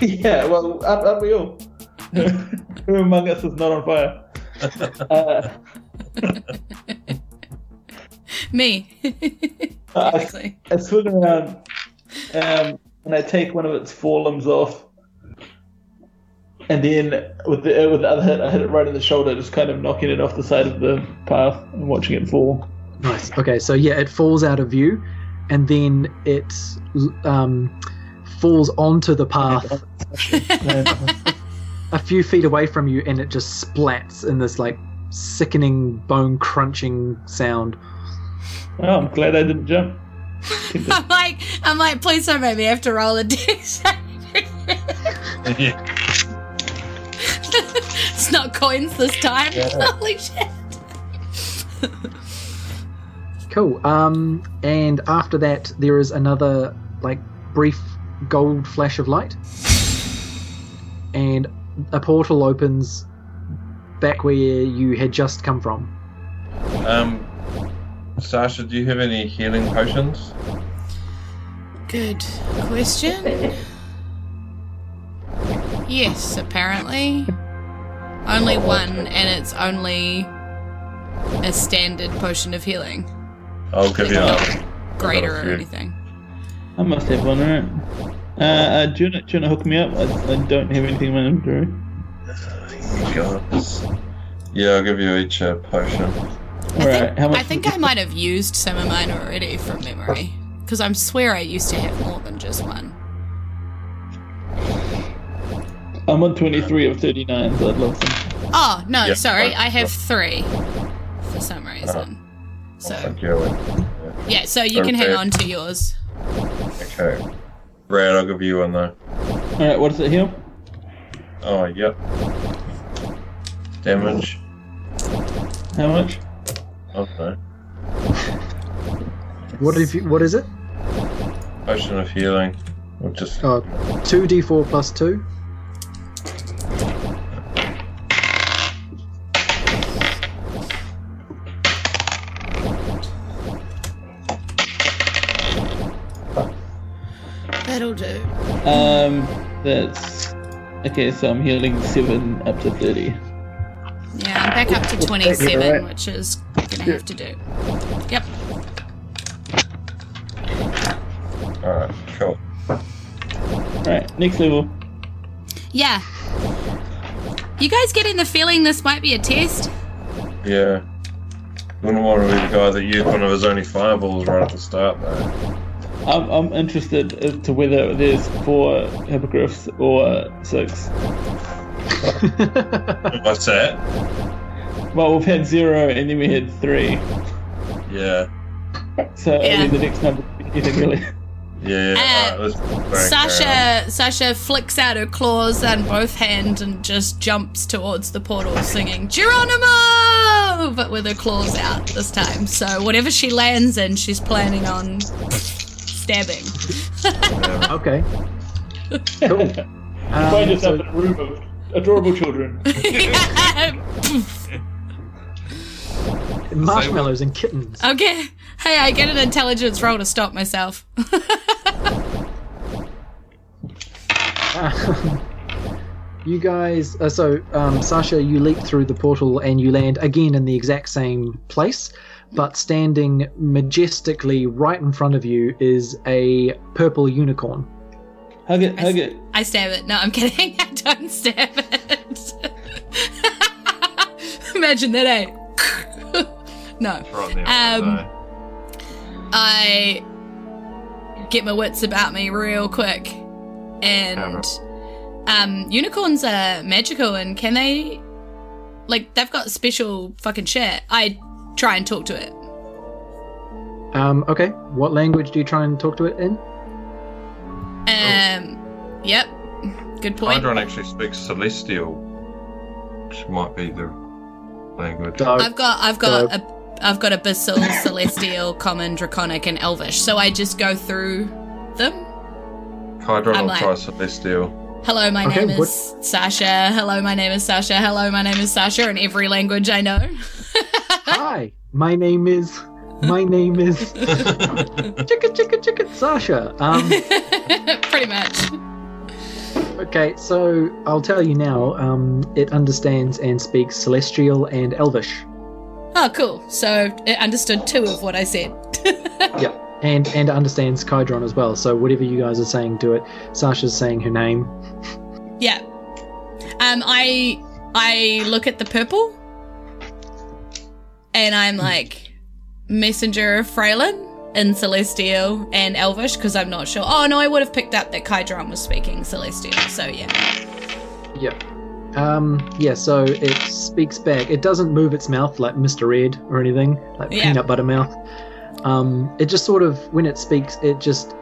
Speaker 4: yeah, well, aren't, aren't we all? Who among us is not on fire? uh,
Speaker 2: Me.
Speaker 4: I,
Speaker 2: Exactly.
Speaker 4: I swing around um, and I take one of its forelimbs off. And then with the, uh, with the other hit, I hit it right in the shoulder, just kind of knocking it off the side of the path and watching it fall.
Speaker 1: Nice. Okay, so yeah, it falls out of view, and then it um, falls onto the path a few feet away from you, and it just splats in this like sickening bone crunching sound.
Speaker 4: Oh, I'm glad I didn't jump.
Speaker 2: I'm like, I'm like, please don't make me have to roll a dick.
Speaker 3: Yeah.
Speaker 2: it's not coins this time. Holy shit.
Speaker 1: Cool. Um, and after that, there is another like brief gold flash of light, and a portal opens back where you had just come from.
Speaker 3: Um, Sasha, do you have any healing potions?
Speaker 2: Good question. Yes, apparently. Only one, and it's only a standard potion of healing.
Speaker 3: I'll give
Speaker 2: It's
Speaker 3: you another.
Speaker 2: not greater or
Speaker 3: few.
Speaker 2: anything.
Speaker 4: I must have one, right? Uh, uh, do you want to hook me up? I, I don't have anything in my inventory.
Speaker 3: Gods. Yeah, I'll give you each a potion.
Speaker 4: Alright, how much?
Speaker 2: I think I might have used some of mine already from memory. Because I'm swear I used to have more than just one.
Speaker 4: I'm on 23 of 39, so I'd love some.
Speaker 2: Oh, no,
Speaker 3: Yeah,
Speaker 2: sorry.
Speaker 3: right, Uh-huh.
Speaker 2: I have three for some reason. So,
Speaker 3: Thank you.
Speaker 2: yeah, so you can hang
Speaker 3: Okay.
Speaker 2: on to yours.
Speaker 3: Okay. Brad, I'll give you one though.
Speaker 4: Alright, what does it heal?
Speaker 3: Oh, yep. Damage. Oh,
Speaker 4: How much?
Speaker 3: Okay.
Speaker 1: What if you, what is it?
Speaker 3: Potion of healing. We'll just
Speaker 1: Uh, 2d4 plus 2.
Speaker 2: That'll do.
Speaker 4: Um, that's okay. So I'm healing seven up to thirty.
Speaker 2: Yeah, I'm back up to 27, which is gonna have to do. Yep.
Speaker 3: alright, cool.
Speaker 4: Right, next level.
Speaker 2: Yeah. You guys getting the feeling this might be a test?
Speaker 3: Yeah. Wouldn't want to be the guy that used one of his only fireballs right at the start though.
Speaker 4: I'm, I'm interested as to whether there's four hippogriffs or six.
Speaker 3: What's that?
Speaker 4: Well, we've had zero and then we had three.
Speaker 3: Yeah.
Speaker 4: So I
Speaker 2: Yeah.
Speaker 4: mean, the next number is anything really.
Speaker 3: Yeah.
Speaker 2: Uh,
Speaker 3: alright, let's bang, carry
Speaker 2: Sasha Sasha flicks out her claws on both hands and just jumps towards the portal singing Geronimo but with her claws out this time. So whatever she lands in, she's planning on stabbing.
Speaker 1: Okay. Cool.
Speaker 4: Find
Speaker 1: Um,
Speaker 4: us
Speaker 1: so-
Speaker 4: up in a room of adorable children.
Speaker 1: marshmallows and kittens.
Speaker 2: okay. Hey, I get an intelligence roll to stop myself.
Speaker 1: Um, you guys, uh, so um, Sasha, you leap through the portal and you land again in the exact same place, but standing majestically right in front of you is a purple unicorn.
Speaker 4: Hug it, hug it.
Speaker 2: I stab it. No, I'm kidding. I don't stab it. Imagine that, eh? no.
Speaker 3: around. Right there,
Speaker 2: Um,
Speaker 3: so.
Speaker 2: I get my wits about me real quick. And um, unicorns are magical and can they. Like, they've got special fucking shit. I try and talk to it.
Speaker 1: Oh. Um, okay, what language do you try and talk to it in?
Speaker 2: Um, Yep. Good point.
Speaker 3: Hydron actually speaks Celestial, which might be the language.
Speaker 1: So,
Speaker 2: I've got I've got a I've got abyssal, celestial, common, draconic, and elvish. So I just go through them.
Speaker 3: Hydron
Speaker 2: I'm
Speaker 3: will
Speaker 2: like-
Speaker 3: try Celestial.
Speaker 2: Hello, my
Speaker 1: Okay,
Speaker 2: name
Speaker 1: what-
Speaker 2: is Sasha. Hello, my name is Sasha. Hello, my name is Sasha. In every language I know.
Speaker 1: hi, my name is. My name is. chicka chicka chicka Sasha. Um,
Speaker 2: Pretty much.
Speaker 1: okay, so I'll tell you now. Um, it understands and speaks Celestial and Elvish.
Speaker 2: Oh, cool. So it understood two of what I said.
Speaker 1: Yeah, and and it understands Kydron as well. So whatever you guys are saying to it, Sasha's saying her name.
Speaker 2: Yeah. Um, I I look at the purple, and I'm
Speaker 3: Hmm.
Speaker 2: like, messenger of Freylin in Celestial and Elvish because I'm not sure. Oh no, I would have picked up that Kydron was speaking Celestial. So yeah.
Speaker 1: Yeah. Um, yeah, so it speaks back. It doesn't move its mouth like Mr. Red or anything, like
Speaker 2: Yeah.
Speaker 1: peanut butter mouth. Um, it just sort of, when it speaks, it just,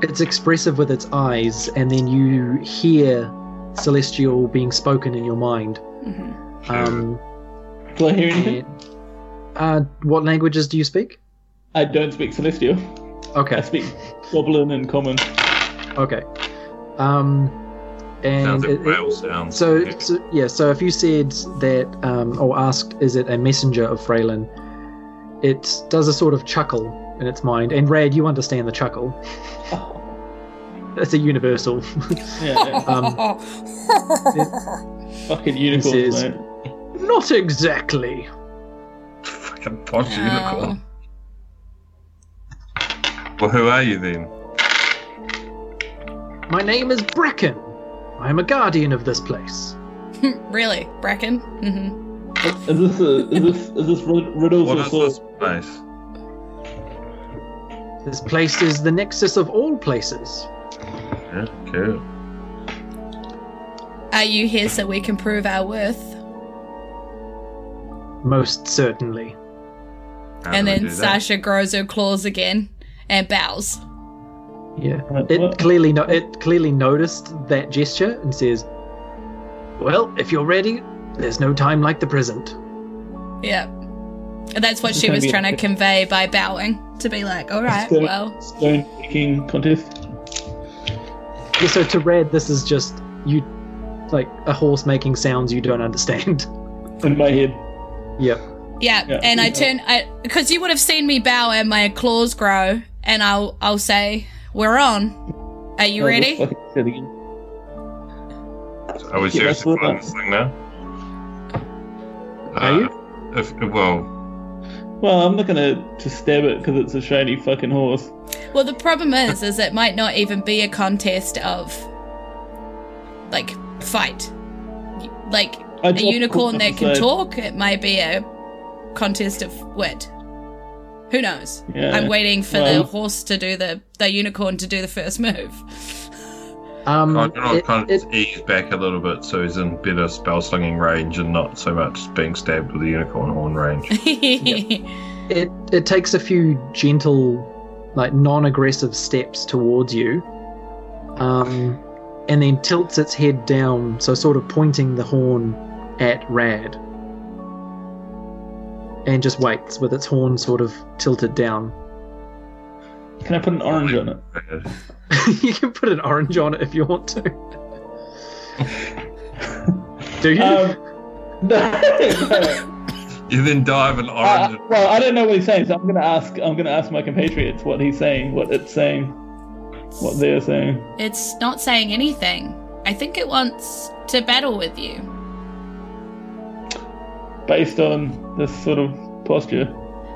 Speaker 1: it's expressive with its eyes, and then you hear celestial being spoken in your mind.
Speaker 2: Mhm.
Speaker 1: Um,
Speaker 4: Do I hear anything?
Speaker 1: and- uh, what languages do you speak?
Speaker 4: I don't speak Celestial. I
Speaker 1: Okay,
Speaker 4: speak Goblin and Common.
Speaker 1: okay. Um, and
Speaker 3: Sounds like
Speaker 1: it- it-
Speaker 3: whale sounds.
Speaker 1: So, so yeah, so if you said that um, or asked, is it a messenger of Freylin? It does a sort of chuckle in its mind, and Rad, you understand the chuckle. That's a universal.
Speaker 4: Yeah, yeah.
Speaker 1: Um,
Speaker 2: Oh.
Speaker 4: fucking unicorns,
Speaker 1: is-
Speaker 4: mate.
Speaker 1: not exactly.
Speaker 3: Fucking posh
Speaker 2: Oh.
Speaker 3: unicorn. Well, who are you then?
Speaker 1: My name is Bracken. I am a guardian of this place.
Speaker 2: really, Bracken? hmm
Speaker 4: Is this a, is this is this rid- riddles
Speaker 3: What
Speaker 4: or
Speaker 3: is
Speaker 4: swords?
Speaker 3: this place?
Speaker 1: This place is the nexus of all places.
Speaker 3: Yeah, cool.
Speaker 2: Are you here so we can prove our worth?
Speaker 1: Most certainly.
Speaker 3: How
Speaker 2: and
Speaker 3: do we
Speaker 2: then
Speaker 3: do that?
Speaker 2: Sasha grows her claws again and bows.
Speaker 1: Yeah.
Speaker 4: Right,
Speaker 1: It
Speaker 4: what-
Speaker 1: clearly no- it clearly noticed that gesture and says, "Well, if you're ready, there's no time like the present."
Speaker 2: Yeah. And that's what
Speaker 4: This is
Speaker 2: she
Speaker 4: gonna
Speaker 2: was
Speaker 4: be-
Speaker 2: trying to convey by bowing. to be like, all right,
Speaker 4: Stone-
Speaker 2: well,
Speaker 4: Stone breaking contest.
Speaker 1: Yeah, so to Red, this is just you, like a horse making sounds you don't understand.
Speaker 4: In my head,
Speaker 1: yep.
Speaker 2: yeah.
Speaker 4: Yeah.
Speaker 2: And I turn, I because you would have seen me bow and my claws grow, and I'll I'll say, we're on. Are you
Speaker 4: Oh,
Speaker 2: ready?
Speaker 4: fuck, I said again.
Speaker 3: Are we
Speaker 4: Yeah, that's
Speaker 3: seriously
Speaker 4: what
Speaker 3: playing
Speaker 4: I-
Speaker 3: this thing now? Uh,
Speaker 1: Are you?
Speaker 3: If, well,
Speaker 4: Well, I'm not gonna just stab it because it's a shiny fucking horse.
Speaker 2: Well, the problem is, is it might not even be a contest of like fight, Y- like
Speaker 4: I
Speaker 2: a unicorn that can
Speaker 4: so-
Speaker 2: talk. It might be a contest of wit. Who knows?
Speaker 4: Yeah.
Speaker 2: I'm waiting for
Speaker 4: Well-
Speaker 2: the horse to do the the unicorn to do the first move.
Speaker 1: Um,
Speaker 3: I don't know,
Speaker 1: it-
Speaker 3: kind of
Speaker 1: it-
Speaker 3: just ease back a little bit so he's in better spell slinging range and not so much being stabbed with the unicorn horn range.
Speaker 1: it it takes a few gentle like non-aggressive steps towards you um, and then tilts its head down so sort of pointing the horn at rad and just waits with its horn sort of tilted down
Speaker 4: Can I put an orange on it?
Speaker 1: you can put an orange on it if you want to do you
Speaker 4: Um, no.
Speaker 3: You then dive an orange.
Speaker 4: Uh, well, I don't know what he's saying, so I'm gonna ask. I'm gonna ask my compatriots what he's saying, what it's saying, what they're saying.
Speaker 2: it's not saying anything. I think it wants to battle with you.
Speaker 4: based on this sort of posture.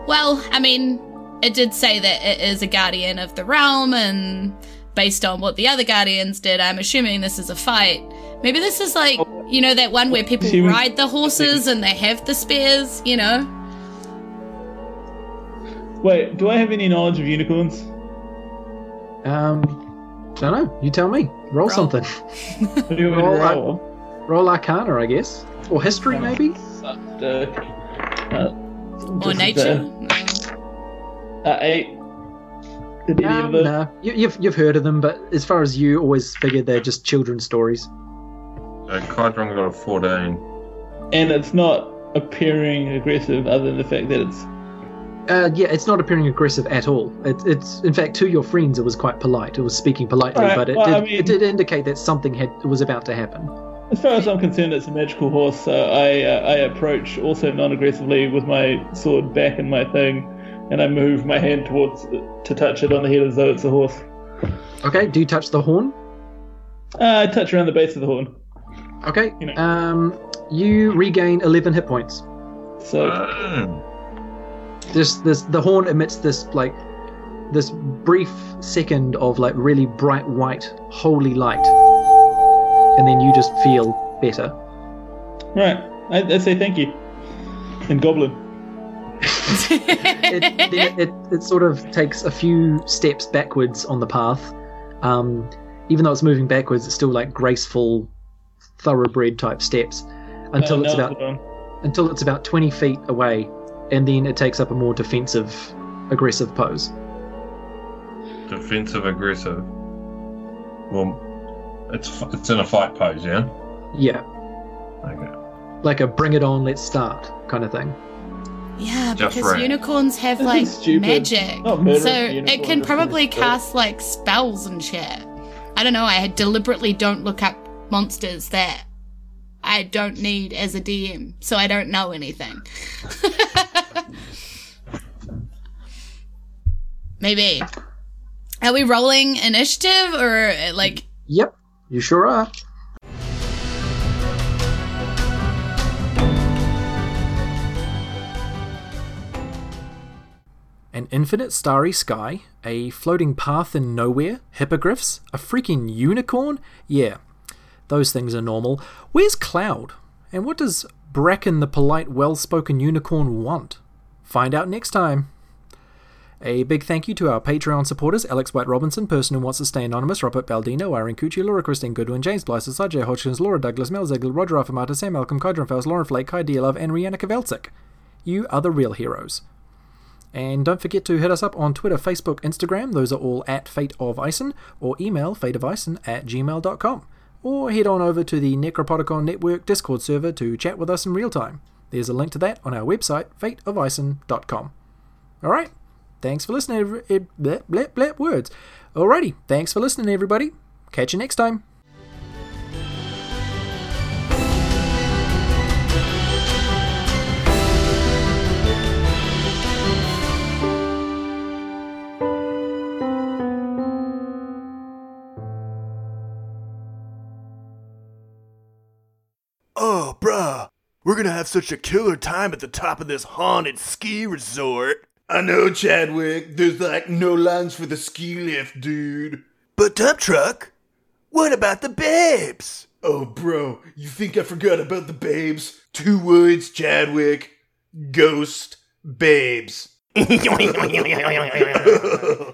Speaker 2: Well, I mean, it did say that it is a guardian of the realm, and based on what the other guardians did, I'm assuming this is a fight. Maybe this is like, you know, that one where people
Speaker 4: Oh. She was-
Speaker 2: ride the horses and they have the spears, you know?
Speaker 4: Wait, do I have any knowledge of unicorns?
Speaker 1: um don't know you tell me roll, something
Speaker 4: What do you want me to
Speaker 1: Well, I-
Speaker 4: roll? Oh,
Speaker 1: roll arcana i guess or history maybe
Speaker 4: Suck dick. Uh,
Speaker 2: Or
Speaker 4: this is
Speaker 2: nature.
Speaker 4: A, a Uh, eight. Did any
Speaker 1: Um,
Speaker 4: of the-
Speaker 1: nah. you, you've you've heard of them, but as far as you always figured, they're just children's stories.
Speaker 3: Uh, Kydron got a 14.
Speaker 4: And it's not appearing aggressive, other than the fact that it's.
Speaker 1: Uh, yeah, it's not appearing aggressive at all. It, it's in fact to your friends, it was quite polite. It was speaking politely,
Speaker 4: Alright,
Speaker 1: but it,
Speaker 4: well,
Speaker 1: did,
Speaker 4: I mean-
Speaker 1: it did indicate that something had was about to happen.
Speaker 4: As far as I'm concerned, it's a magical horse. So I uh, I approach also non-aggressively with my sword back in my thing, and I move my hand towards to touch it on the head as though it's a horse.
Speaker 1: Okay, do you touch the horn?
Speaker 4: Uh, I touch around the base of the horn.
Speaker 1: Okay,
Speaker 4: You know.
Speaker 1: um, you regain eleven hit points.
Speaker 4: So
Speaker 3: Oh,
Speaker 1: This this the horn emits this like this brief second of like really bright white holy light, and then you just feel better.
Speaker 4: Right. I, I say thank you. And Goblin.
Speaker 1: it, then it, it sort of takes a few steps backwards on the path. Um, even though it's moving backwards, it's still like graceful, thoroughbred type steps until
Speaker 4: Uh,
Speaker 1: it's
Speaker 4: now
Speaker 1: about
Speaker 4: the dawn.
Speaker 1: until it's about twenty feet away, and then it takes up a more defensive, aggressive pose.
Speaker 3: defensive aggressive. Well, it's f- it's in a fight pose, yeah?
Speaker 1: Yeah,
Speaker 3: Okay.
Speaker 1: like a bring it on, let's start kind of thing.
Speaker 2: yeah,
Speaker 3: Just
Speaker 2: because
Speaker 3: right.
Speaker 2: unicorns have
Speaker 4: This
Speaker 2: like
Speaker 4: is stupid.
Speaker 2: magic.
Speaker 4: Not murder,
Speaker 2: so
Speaker 4: it's a
Speaker 2: it
Speaker 4: unicorn,
Speaker 2: can
Speaker 4: it's
Speaker 2: probably
Speaker 4: just a-
Speaker 2: cast like spells and shit. I don't know. I deliberately don't look up monsters that I don't need as a DM, so I don't know anything. Maybe. Are we rolling initiative or uh, like?
Speaker 1: Yep, you sure are. An infinite starry sky, a floating path in nowhere, hippogriffs, a freaking unicorn? Yeah, those things are normal. Where's Cloud? And what does Bracken the polite, well spoken unicorn want? Find out next time. A big thank you to our Patreon supporters Alex White Robinson, Person Who Wants to Stay Anonymous, Robert Baldino, Irene Cucci, Laura Christine Goodwin, James Blyster, Sajay Hodgkins, Laura Douglas, Mel Ziegler, Roger Affamata, Sam Malcolm, Kydron Faust, Lauren Flake, Kai Love, and Rihanna Kaveltzik. You are the real heroes. And don't forget to hit us up on Twitter, Facebook, Instagram. Those are all at Fate of Ison, or email fateofison at gmail.com. Or head on over to the Necropodicon Network Discord server to chat with us in real time. There's a link to that on our website, fateofison.com. All right, Thanks for listening. every- eh, Bleh, bleh, bleh, words. Alrighty. Thanks for listening, everybody. Catch you next time.
Speaker 5: Oh, bruh, we're gonna have such a killer time at the top of this haunted ski resort. I know, Chadwick. There's like no lines for the ski lift, dude. But dump truck, what about the babes? Oh, bro, you think I forgot about the babes? Two words, Chadwick. Ghost babes.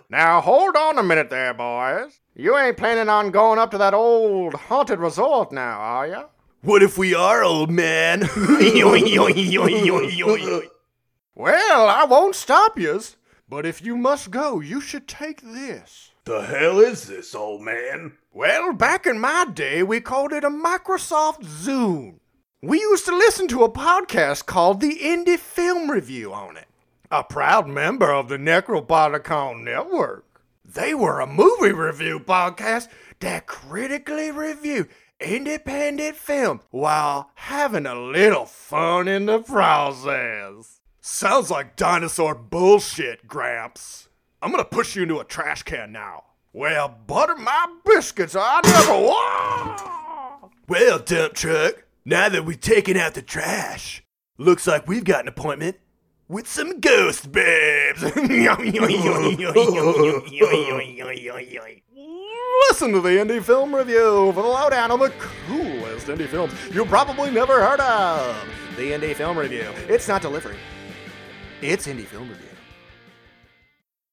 Speaker 6: Now hold on a minute there, boys. You ain't planning on going up to that old haunted resort now, are ya?
Speaker 5: What if we are, old man?
Speaker 6: Well, I won't stop yous, but if you must go, you should take this.
Speaker 5: the hell is this, old man?
Speaker 6: Well, back in my day, we called it a Microsoft Zune. We used to listen to a podcast called the Indie Film Review on it. A proud member of the Necroboticon Network. They were a movie review podcast that critically reviewed independent film while having a little fun in the process. Sounds like dinosaur bullshit, Gramps. I'm gonna push you into a trash can now. Well, butter my biscuits, I never. Whoa!
Speaker 5: Well, dump truck, now that we've taken out the trash, looks like we've got an appointment with some ghost babes.
Speaker 6: Listen to the indie film review for the lowdown on the coolest indie films you probably never heard of. The indie film review. It's not delivery. It's indie film review.